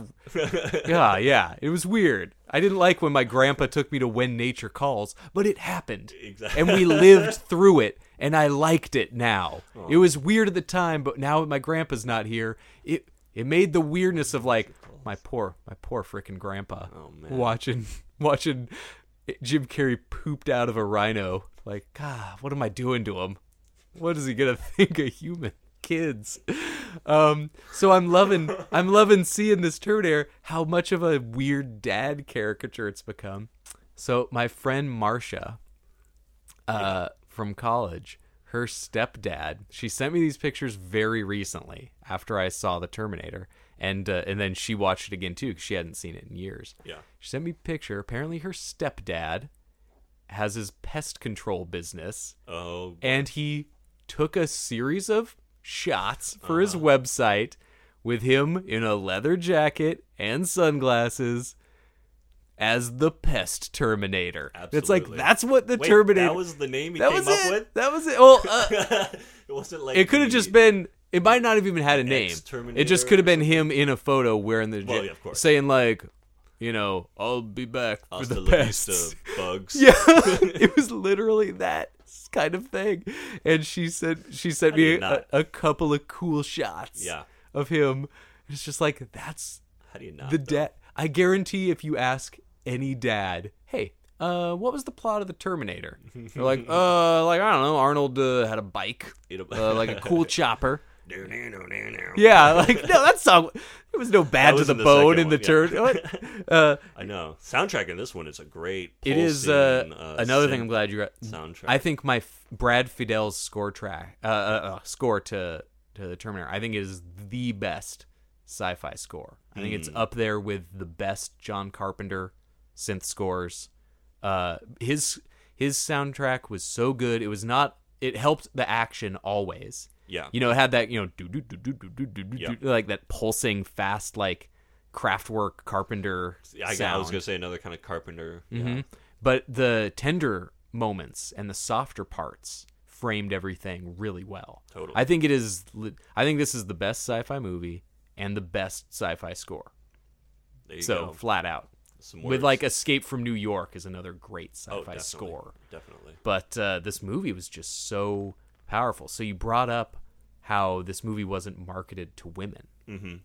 [SPEAKER 1] yeah, yeah. It was weird. I didn't like when my grandpa took me to When Nature Calls, but it happened,
[SPEAKER 2] Exactly.
[SPEAKER 1] and we lived through it. And I liked it now. It was weird at the time, but now that my grandpa's not here, it it made the weirdness of like my poor my poor frickin' grandpa watching watching Jim Carrey pooped out of a rhino. Like, God, what am I doing to him? What is he gonna think of human kids? Um, so I'm loving I'm loving seeing this Terminator. How much of a weird dad caricature it's become. So my friend Marcia, uh, from college, her stepdad. She sent me these pictures very recently after I saw the Terminator, and uh, and then she watched it again too because she hadn't seen it in years.
[SPEAKER 2] Yeah.
[SPEAKER 1] She sent me a picture. Apparently, her stepdad has his pest control business
[SPEAKER 2] Oh,
[SPEAKER 1] and he took a series of shots for
[SPEAKER 2] Uh-huh.
[SPEAKER 1] his website with him in a leather jacket and sunglasses as the pest terminator. It's like
[SPEAKER 2] Absolutely.
[SPEAKER 1] that's what the
[SPEAKER 2] wait,
[SPEAKER 1] terminator
[SPEAKER 2] That was the name he
[SPEAKER 1] That
[SPEAKER 2] came
[SPEAKER 1] was
[SPEAKER 2] up
[SPEAKER 1] it.
[SPEAKER 2] with.
[SPEAKER 1] That was it. Well, uh,
[SPEAKER 2] it wasn't like
[SPEAKER 1] it could have
[SPEAKER 2] the-
[SPEAKER 1] just been it might not have even had a name. It just
[SPEAKER 2] Ex-Terminator
[SPEAKER 1] could have been him in a photo wearing the
[SPEAKER 2] Well,
[SPEAKER 1] ja-
[SPEAKER 2] yeah, of course.
[SPEAKER 1] saying like, you know, I'll be back for
[SPEAKER 2] Hasta
[SPEAKER 1] the
[SPEAKER 2] la vista,
[SPEAKER 1] pest.
[SPEAKER 2] bugs.
[SPEAKER 1] Yeah, it was literally that. this kind of thing. And she said she sent me
[SPEAKER 2] did
[SPEAKER 1] a,
[SPEAKER 2] not.
[SPEAKER 1] a couple of cool shots
[SPEAKER 2] Yeah.
[SPEAKER 1] of him. It's just like that's
[SPEAKER 2] How do you not?
[SPEAKER 1] the
[SPEAKER 2] though?
[SPEAKER 1] dad. I guarantee if you ask any dad, hey, uh, what was the plot of the Terminator? They're like, uh, like I don't know. Arnold uh, had a bike,
[SPEAKER 2] It'll-
[SPEAKER 1] uh, like a cool chopper. Yeah, like no, that song. It was no bad to
[SPEAKER 2] was
[SPEAKER 1] the,
[SPEAKER 2] in the
[SPEAKER 1] bone
[SPEAKER 2] second
[SPEAKER 1] in the
[SPEAKER 2] one,
[SPEAKER 1] turn.
[SPEAKER 2] yeah.
[SPEAKER 1] what? Uh,
[SPEAKER 2] I know. Soundtrack in this one is a great.
[SPEAKER 1] it is uh,
[SPEAKER 2] pulsing,
[SPEAKER 1] another thing.
[SPEAKER 2] synth
[SPEAKER 1] I'm glad you. Re-
[SPEAKER 2] Soundtrack.
[SPEAKER 1] I think my f- Brad Fidel's score track, uh, uh, uh, score to to the Terminator, I think is the best sci-fi score. I think
[SPEAKER 2] Hmm.
[SPEAKER 1] it's up there with the best John Carpenter synth scores. Uh, his his soundtrack was so good. It was not. It helped the action always.
[SPEAKER 2] Yeah.
[SPEAKER 1] You know, it had that you know do do do do do do do do
[SPEAKER 2] Yep.
[SPEAKER 1] do like that pulsing fast like craftwork Carpenter
[SPEAKER 2] I,
[SPEAKER 1] sound Mm-hmm.
[SPEAKER 2] I was gonna say another kind of carpenter. Yeah.
[SPEAKER 1] but the tender moments and the softer parts framed everything really well.
[SPEAKER 2] Totally.
[SPEAKER 1] I think it is. li- I think this is the best sci-fi movie and the best sci-fi score.
[SPEAKER 2] There you
[SPEAKER 1] So
[SPEAKER 2] go.
[SPEAKER 1] flat out,
[SPEAKER 2] Some
[SPEAKER 1] with
[SPEAKER 2] words.
[SPEAKER 1] like "Escape from New York" is another great
[SPEAKER 2] Oh,
[SPEAKER 1] sci-fi
[SPEAKER 2] definitely,
[SPEAKER 1] score.
[SPEAKER 2] Definitely.
[SPEAKER 1] But uh, this movie was just so powerful. So you brought up how this movie wasn't marketed to women, mm-hmm.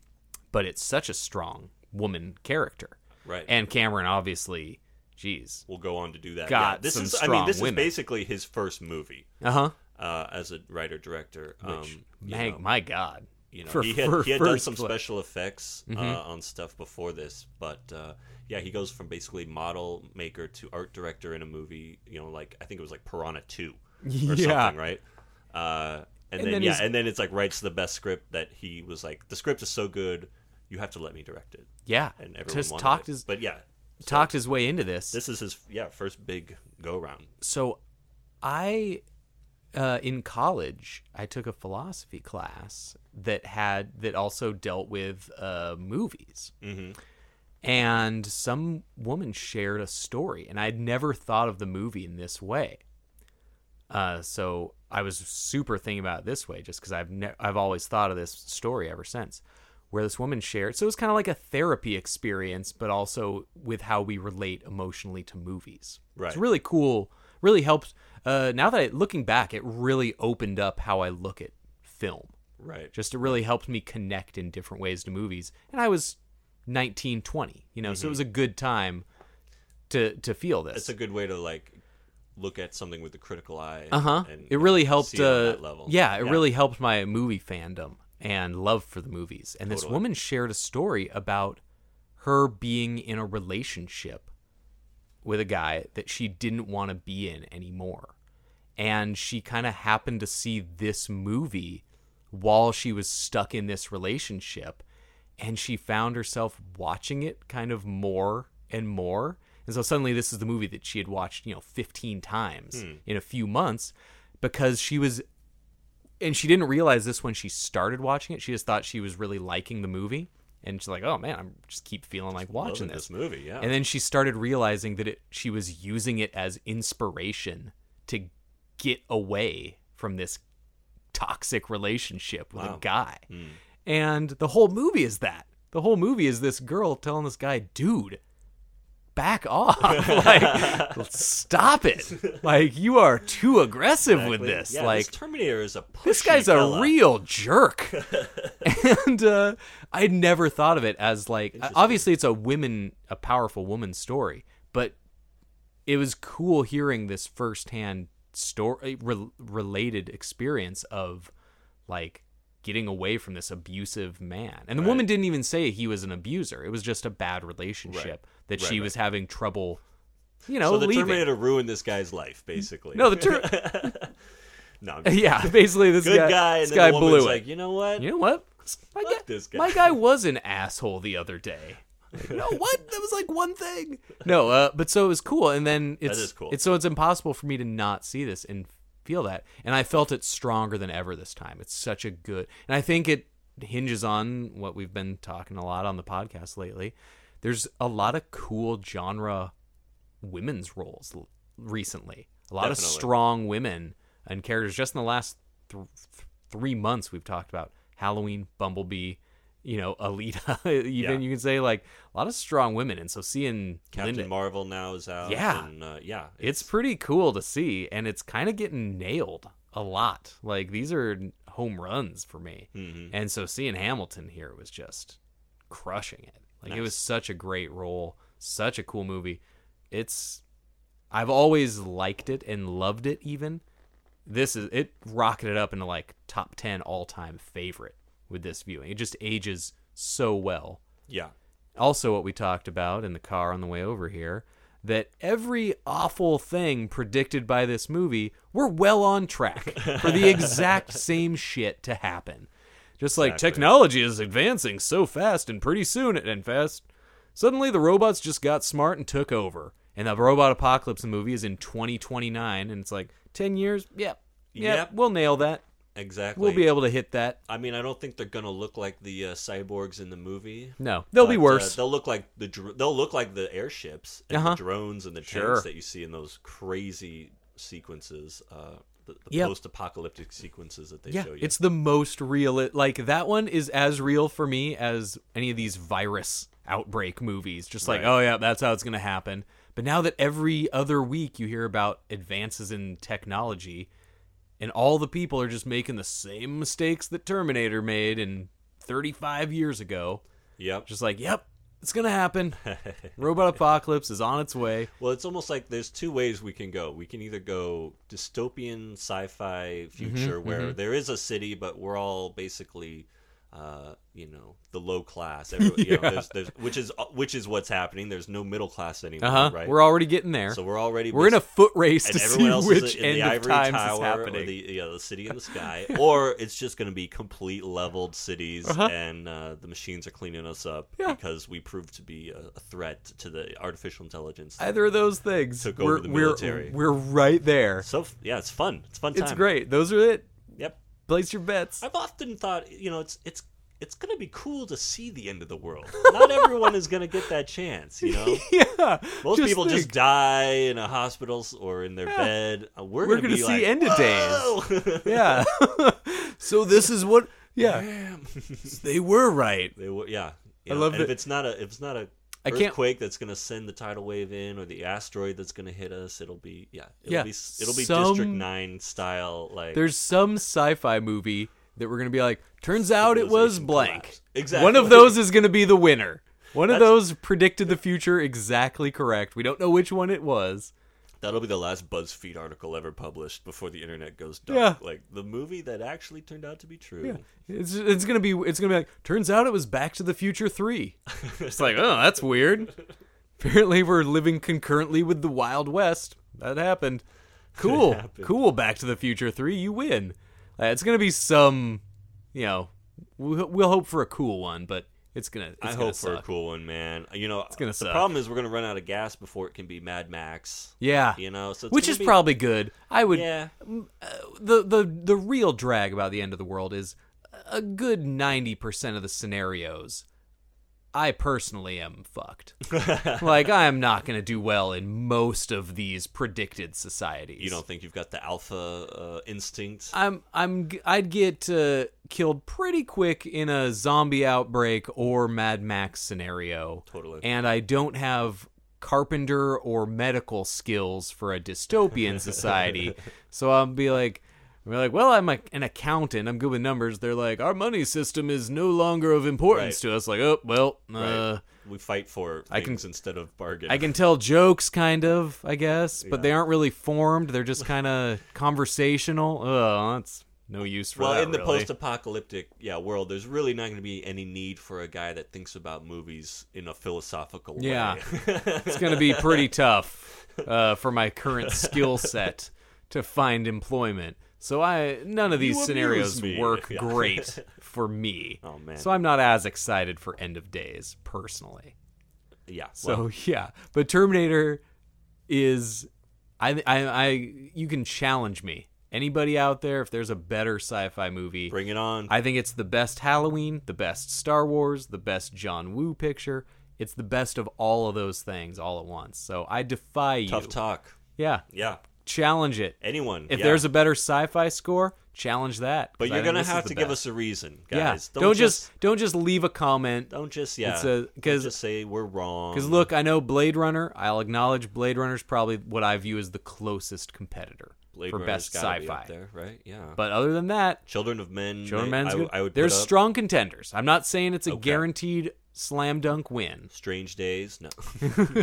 [SPEAKER 1] but it's such a strong woman character.
[SPEAKER 2] Right.
[SPEAKER 1] And Cameron, obviously, geez,
[SPEAKER 2] will go on to do that.
[SPEAKER 1] Got
[SPEAKER 2] yeah, this
[SPEAKER 1] some
[SPEAKER 2] is. I mean,
[SPEAKER 1] strong
[SPEAKER 2] this
[SPEAKER 1] women.
[SPEAKER 2] is basically his first movie
[SPEAKER 1] uh huh.
[SPEAKER 2] uh, as a writer director.
[SPEAKER 1] Which,
[SPEAKER 2] um, you
[SPEAKER 1] my,
[SPEAKER 2] know,
[SPEAKER 1] my God.
[SPEAKER 2] you know,
[SPEAKER 1] for-
[SPEAKER 2] he had,
[SPEAKER 1] for
[SPEAKER 2] he had done
[SPEAKER 1] first Mm-hmm.
[SPEAKER 2] some
[SPEAKER 1] play.
[SPEAKER 2] special effects uh, on stuff before this, but uh, yeah, he goes from basically model maker to art director in a movie. You know, like I think it was like Piranha Two or
[SPEAKER 1] Yeah.
[SPEAKER 2] something, right? Uh, and,
[SPEAKER 1] And
[SPEAKER 2] then,
[SPEAKER 1] then
[SPEAKER 2] yeah,
[SPEAKER 1] he's-
[SPEAKER 2] and then it's like writes the best script that he was like, the script is so good, you have to let me direct it.
[SPEAKER 1] Yeah.
[SPEAKER 2] And everyone
[SPEAKER 1] Just
[SPEAKER 2] wanted
[SPEAKER 1] talked
[SPEAKER 2] it.
[SPEAKER 1] his
[SPEAKER 2] but yeah,
[SPEAKER 1] talked his way into this.
[SPEAKER 2] this is his yeah first big go round.
[SPEAKER 1] So I uh, in college I took a philosophy class that had that also dealt with uh, movies. Mm-hmm. And some woman shared a story, and I'd never thought of the movie in this way. Uh, so I was super thinking about it this way, just because I've ne- I've always thought of this story ever since, where this woman shared. So it was kind of like a therapy experience, but also with how we relate emotionally to movies.
[SPEAKER 2] Right.
[SPEAKER 1] It's really cool. Really helped. Uh, now that I, looking back, it really opened up how I look at film.
[SPEAKER 2] Right.
[SPEAKER 1] Just it really helped me connect in different ways to movies. And I was 19, 20, you know, so it was a good time to to feel this.
[SPEAKER 2] Mm-hmm. it's a good way to like look at something with a critical eye.
[SPEAKER 1] Uh huh.
[SPEAKER 2] and,
[SPEAKER 1] It really
[SPEAKER 2] and
[SPEAKER 1] helped.
[SPEAKER 2] see it on
[SPEAKER 1] uh,
[SPEAKER 2] that level.
[SPEAKER 1] Yeah, it really helped my movie fandom and love for the movies. And this
[SPEAKER 2] Totally.
[SPEAKER 1] woman shared a story about her being in a relationship with a guy that she didn't want to be in anymore. And she kind of happened to see this movie while she was stuck in this relationship. And she found herself watching it kind of more and more. And so suddenly, this is the movie that she had watched, you know, 15 times
[SPEAKER 2] Hmm.
[SPEAKER 1] in a few months because she was and she didn't realize this when she started watching it. She just thought she was really liking the movie, and she's like, "Oh man, I'm just keep feeling like watching
[SPEAKER 2] Loving
[SPEAKER 1] this."
[SPEAKER 2] this movie, yeah.
[SPEAKER 1] And then she started realizing that it she was using it as inspiration to get away from this toxic relationship with a guy.
[SPEAKER 2] Hmm.
[SPEAKER 1] And the whole movie is that. The whole movie is this girl telling this guy, "Dude, back off. like stop it. Like you are too aggressive with
[SPEAKER 2] Exactly.
[SPEAKER 1] this.
[SPEAKER 2] Yeah,
[SPEAKER 1] like
[SPEAKER 2] Terminator is a
[SPEAKER 1] this
[SPEAKER 2] pushy
[SPEAKER 1] guy's a
[SPEAKER 2] fella.
[SPEAKER 1] real jerk and uh, i'd never thought of it as like obviously it's a women a powerful woman story but it was cool hearing this firsthand story re- related experience of like getting away from this abusive man and the woman didn't even say he was an abuser it was just a bad relationship that she was having trouble you know
[SPEAKER 2] So the
[SPEAKER 1] leaving.
[SPEAKER 2] Terminator ruined this guy's life, basically.
[SPEAKER 1] no the ter-
[SPEAKER 2] no, I'm just-
[SPEAKER 1] yeah basically this
[SPEAKER 2] good
[SPEAKER 1] guy,
[SPEAKER 2] guy.
[SPEAKER 1] this
[SPEAKER 2] and
[SPEAKER 1] guy
[SPEAKER 2] then the woman's
[SPEAKER 1] blew it
[SPEAKER 2] like, you know what?
[SPEAKER 1] you know what? My
[SPEAKER 2] Fuck this guy.
[SPEAKER 1] my guy was an asshole the other day. Like, no, what? That was like one thing. No, uh, but so it was cool, and then it's
[SPEAKER 2] is cool.
[SPEAKER 1] It's so it's impossible for me to not see this and feel that, and I felt it stronger than ever this time. It's such a good, and I think it hinges on what we've been talking a lot on the podcast lately. There's a lot of cool genre women's roles l- recently. A lot of
[SPEAKER 2] Definitely.
[SPEAKER 1] strong women and characters. Just in the last th- th- three months, we've talked about Halloween, Bumblebee, you know, Alita. Even
[SPEAKER 2] Yeah.
[SPEAKER 1] you can say like a lot of strong women, and so seeing
[SPEAKER 2] Captain
[SPEAKER 1] Linda,
[SPEAKER 2] Marvel now is out.
[SPEAKER 1] Yeah.
[SPEAKER 2] and, uh, yeah,
[SPEAKER 1] it's pretty cool to see, and it's kind of getting nailed a lot. Like these are home runs for me, and so seeing Hamilton here was just crushing it. Like it was such a great role, such a cool movie. It's I've always liked it and loved it. Even this is it rocketed up into like top ten all time favorite with this viewing. It just ages so well
[SPEAKER 2] yeah,
[SPEAKER 1] also what we talked about in the car on the way over here that every awful thing predicted by this movie we're well on track for the exact same shit to happen just like technology is advancing so fast and pretty soon and fast suddenly the robots just got smart and took over and the robot apocalypse movie is in 2029 and it's like 10 years yep yep,
[SPEAKER 2] Yep.
[SPEAKER 1] we'll nail that
[SPEAKER 2] exactly.
[SPEAKER 1] we'll be able to hit that
[SPEAKER 2] I mean, I don't think they're gonna look like the uh, cyborgs in the movie.
[SPEAKER 1] no they'll be
[SPEAKER 2] but, uh,
[SPEAKER 1] worse
[SPEAKER 2] they'll look like the dr- they'll look like the airships and
[SPEAKER 1] Uh-huh.
[SPEAKER 2] the drones and the tanks
[SPEAKER 1] Sure.
[SPEAKER 2] that you see in those crazy sequences, uh, the, the
[SPEAKER 1] Yep.
[SPEAKER 2] post-apocalyptic sequences that they
[SPEAKER 1] yeah,
[SPEAKER 2] show you.
[SPEAKER 1] it's the most real. It, like that one is as real for me as any of these virus outbreak movies. Just like,
[SPEAKER 2] Right.
[SPEAKER 1] oh yeah, that's how it's gonna happen. But now that every other week you hear about advances in technology, and all the people are just making the same mistakes that Terminator made in 35 years ago.
[SPEAKER 2] yep.
[SPEAKER 1] Just like, yep, it's gonna happen. Robot apocalypse is on its way.
[SPEAKER 2] Well, it's almost like there's two ways we can go. We can either go dystopian sci-fi future
[SPEAKER 1] Mm-hmm,
[SPEAKER 2] where there is a city, but we're all basically, uh, you know, the low class. Everyone, you know, there's, there's, which is which is what's happening. There's no middle class anymore,
[SPEAKER 1] Uh huh.
[SPEAKER 2] Uh-huh. right?
[SPEAKER 1] We're already getting there.
[SPEAKER 2] so we're already
[SPEAKER 1] we're in a
[SPEAKER 2] basi-
[SPEAKER 1] foot race to
[SPEAKER 2] and
[SPEAKER 1] see
[SPEAKER 2] everyone else is
[SPEAKER 1] which
[SPEAKER 2] in
[SPEAKER 1] end
[SPEAKER 2] the
[SPEAKER 1] of
[SPEAKER 2] ivory
[SPEAKER 1] times
[SPEAKER 2] tower
[SPEAKER 1] is happening.
[SPEAKER 2] or the you know, the city in the sky, or it's just going to be complete leveled cities, and uh, the machines are cleaning us up
[SPEAKER 1] Uh-huh. Yeah.
[SPEAKER 2] because we proved to be a, a threat to the artificial intelligence.
[SPEAKER 1] either of those things.
[SPEAKER 2] Took
[SPEAKER 1] we're,
[SPEAKER 2] over the military.
[SPEAKER 1] We're, we're right there.
[SPEAKER 2] So f- yeah, it's fun. It's a fun. Time.
[SPEAKER 1] It's great. Those are it.
[SPEAKER 2] Yep.
[SPEAKER 1] Place your bets.
[SPEAKER 2] I've often thought, you know, it's it's it's gonna be cool to see the end of the world. Not everyone is gonna get that chance, you know.
[SPEAKER 1] yeah.
[SPEAKER 2] Most people just
[SPEAKER 1] think,
[SPEAKER 2] die in a hospital s- or in their bed. Uh, We're,
[SPEAKER 1] We're
[SPEAKER 2] gonna,
[SPEAKER 1] gonna
[SPEAKER 2] be
[SPEAKER 1] see
[SPEAKER 2] like,
[SPEAKER 1] end of
[SPEAKER 2] "Whoa!"
[SPEAKER 1] days. yeah. so this is what. Yeah. they were right.
[SPEAKER 2] They were, yeah.
[SPEAKER 1] I love
[SPEAKER 2] and if
[SPEAKER 1] that-
[SPEAKER 2] it's not a if it's not a
[SPEAKER 1] I can't-
[SPEAKER 2] earthquake that's going to send the tidal wave in or the asteroid that's going to hit us, it'll be yeah, it'll
[SPEAKER 1] Yeah,
[SPEAKER 2] be s- it'll be
[SPEAKER 1] some-
[SPEAKER 2] District Nine style like
[SPEAKER 1] There's some sci-fi movie that we're gonna be like. Turns out it was
[SPEAKER 2] Civilization
[SPEAKER 1] blank.
[SPEAKER 2] collapse. Exactly.
[SPEAKER 1] One of those is gonna be the winner. One of
[SPEAKER 2] That's-
[SPEAKER 1] those predicted the future exactly correct. We don't know which one it was.
[SPEAKER 2] That'll be the last BuzzFeed article ever published before the internet goes dark.
[SPEAKER 1] Yeah.
[SPEAKER 2] Like the movie that actually turned out to be true.
[SPEAKER 1] It's it's gonna be it's gonna be like. Turns out it was Back to the Future three. It's like, oh, that's weird. Apparently, we're living concurrently with the Wild West. That happened. Cool,
[SPEAKER 2] happened.
[SPEAKER 1] cool. Back to the Future three, you win. Uh, it's gonna be some, you know, we'll, we'll hope for a cool one, but it's gonna. It's
[SPEAKER 2] I
[SPEAKER 1] gonna
[SPEAKER 2] hope for a
[SPEAKER 1] suck.
[SPEAKER 2] cool one, man. You know,
[SPEAKER 1] gonna
[SPEAKER 2] the
[SPEAKER 1] suck.
[SPEAKER 2] problem is we're gonna run out of gas before it can be Mad Max.
[SPEAKER 1] Yeah,
[SPEAKER 2] You know, so it's
[SPEAKER 1] which
[SPEAKER 2] gonna
[SPEAKER 1] is
[SPEAKER 2] be-
[SPEAKER 1] probably good. I would.
[SPEAKER 2] yeah,
[SPEAKER 1] the the the real drag about the end of the world is a good 90% of the scenarios I personally am fucked. like I am not going to do well in most of these predicted societies.
[SPEAKER 2] you don't think you've got the alpha uh, instinct?
[SPEAKER 1] I'm I'm g- I'd get uh, killed pretty quick in a zombie outbreak or Mad Max scenario.
[SPEAKER 2] Totally.
[SPEAKER 1] And I don't have carpenter or medical skills for a dystopian society, so I'll be like. We're like, well, I'm a, an accountant. I'm good with numbers. They're like, our money system is no longer of importance
[SPEAKER 2] Right.
[SPEAKER 1] to us. Like, oh, well, uh,
[SPEAKER 2] we fight for
[SPEAKER 1] I can-
[SPEAKER 2] things instead of bargain.
[SPEAKER 1] I can tell jokes, kind of, I guess, but they aren't really formed. They're just kind of conversational. Ugh, that's no use for
[SPEAKER 2] well,
[SPEAKER 1] that.
[SPEAKER 2] in the
[SPEAKER 1] really.
[SPEAKER 2] post-apocalyptic yeah world, there's really not going to be any need for a guy that thinks about movies in a philosophical
[SPEAKER 1] Yeah.
[SPEAKER 2] way.
[SPEAKER 1] it's going to be pretty tough uh, for my current skill set to find employment. So I none of these
[SPEAKER 2] amuse
[SPEAKER 1] scenarios
[SPEAKER 2] me.
[SPEAKER 1] work
[SPEAKER 2] Yeah.
[SPEAKER 1] great for me.
[SPEAKER 2] Oh, man.
[SPEAKER 1] So I'm not as excited for End of Days personally.
[SPEAKER 2] yeah.
[SPEAKER 1] So yeah, but Terminator is I I I you can challenge me. Anybody out there if there's a better sci-fi movie
[SPEAKER 2] Bring it on.
[SPEAKER 1] I think it's the best Halloween, the best Star Wars, the best John Woo picture. It's the best of all of those things all at once. So I defy you.
[SPEAKER 2] Tough talk.
[SPEAKER 1] Yeah.
[SPEAKER 2] Yeah.
[SPEAKER 1] Challenge it.
[SPEAKER 2] Anyone,
[SPEAKER 1] If
[SPEAKER 2] yeah.
[SPEAKER 1] there's a better sci-fi score, challenge that. 'cause
[SPEAKER 2] But
[SPEAKER 1] I
[SPEAKER 2] you're
[SPEAKER 1] think
[SPEAKER 2] gonna
[SPEAKER 1] this is
[SPEAKER 2] have
[SPEAKER 1] the
[SPEAKER 2] to give us
[SPEAKER 1] best.
[SPEAKER 2] a reason,
[SPEAKER 1] yeah.
[SPEAKER 2] guys.
[SPEAKER 1] Don't, just, don't just leave a comment.
[SPEAKER 2] don't just yeah.
[SPEAKER 1] It's a-
[SPEAKER 2] Don't
[SPEAKER 1] 'cause-
[SPEAKER 2] just say we're wrong.
[SPEAKER 1] Because look, I know Blade Runner. I'll acknowledge Blade Runner's probably what I view as the closest competitor
[SPEAKER 2] Blade
[SPEAKER 1] for
[SPEAKER 2] Runner's
[SPEAKER 1] best
[SPEAKER 2] gotta be
[SPEAKER 1] sci-fi.
[SPEAKER 2] up there, right? Yeah.
[SPEAKER 1] But other than that,
[SPEAKER 2] Children of Men.
[SPEAKER 1] Joan
[SPEAKER 2] may-
[SPEAKER 1] Man's
[SPEAKER 2] I,
[SPEAKER 1] good.
[SPEAKER 2] I would.
[SPEAKER 1] There's
[SPEAKER 2] put up.
[SPEAKER 1] strong contenders. I'm not saying it's a
[SPEAKER 2] Okay.
[SPEAKER 1] guaranteed slam dunk win.
[SPEAKER 2] Strange Days. No,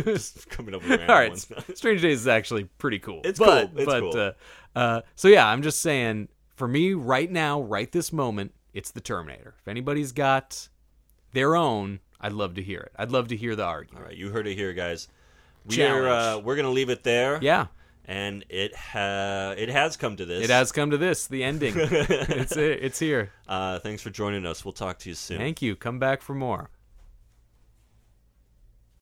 [SPEAKER 2] just coming up with random
[SPEAKER 1] All right,
[SPEAKER 2] ones.
[SPEAKER 1] Strange Days is actually pretty cool.
[SPEAKER 2] It's
[SPEAKER 1] but,
[SPEAKER 2] cool. It's
[SPEAKER 1] but,
[SPEAKER 2] cool.
[SPEAKER 1] Uh, uh, so yeah, I'm just saying. For me, right now, right this moment, it's the Terminator. If anybody's got their own, I'd love to hear it. I'd love to hear the
[SPEAKER 2] All
[SPEAKER 1] argument.
[SPEAKER 2] right, you heard it here, guys. We're
[SPEAKER 1] Challenge.
[SPEAKER 2] uh, we're gonna leave it there.
[SPEAKER 1] Yeah,
[SPEAKER 2] and it ha- it has come to this.
[SPEAKER 1] it has come to this. The ending. it's it's here.
[SPEAKER 2] Uh, thanks for joining us. We'll talk to you soon.
[SPEAKER 1] Thank you. Come back for more.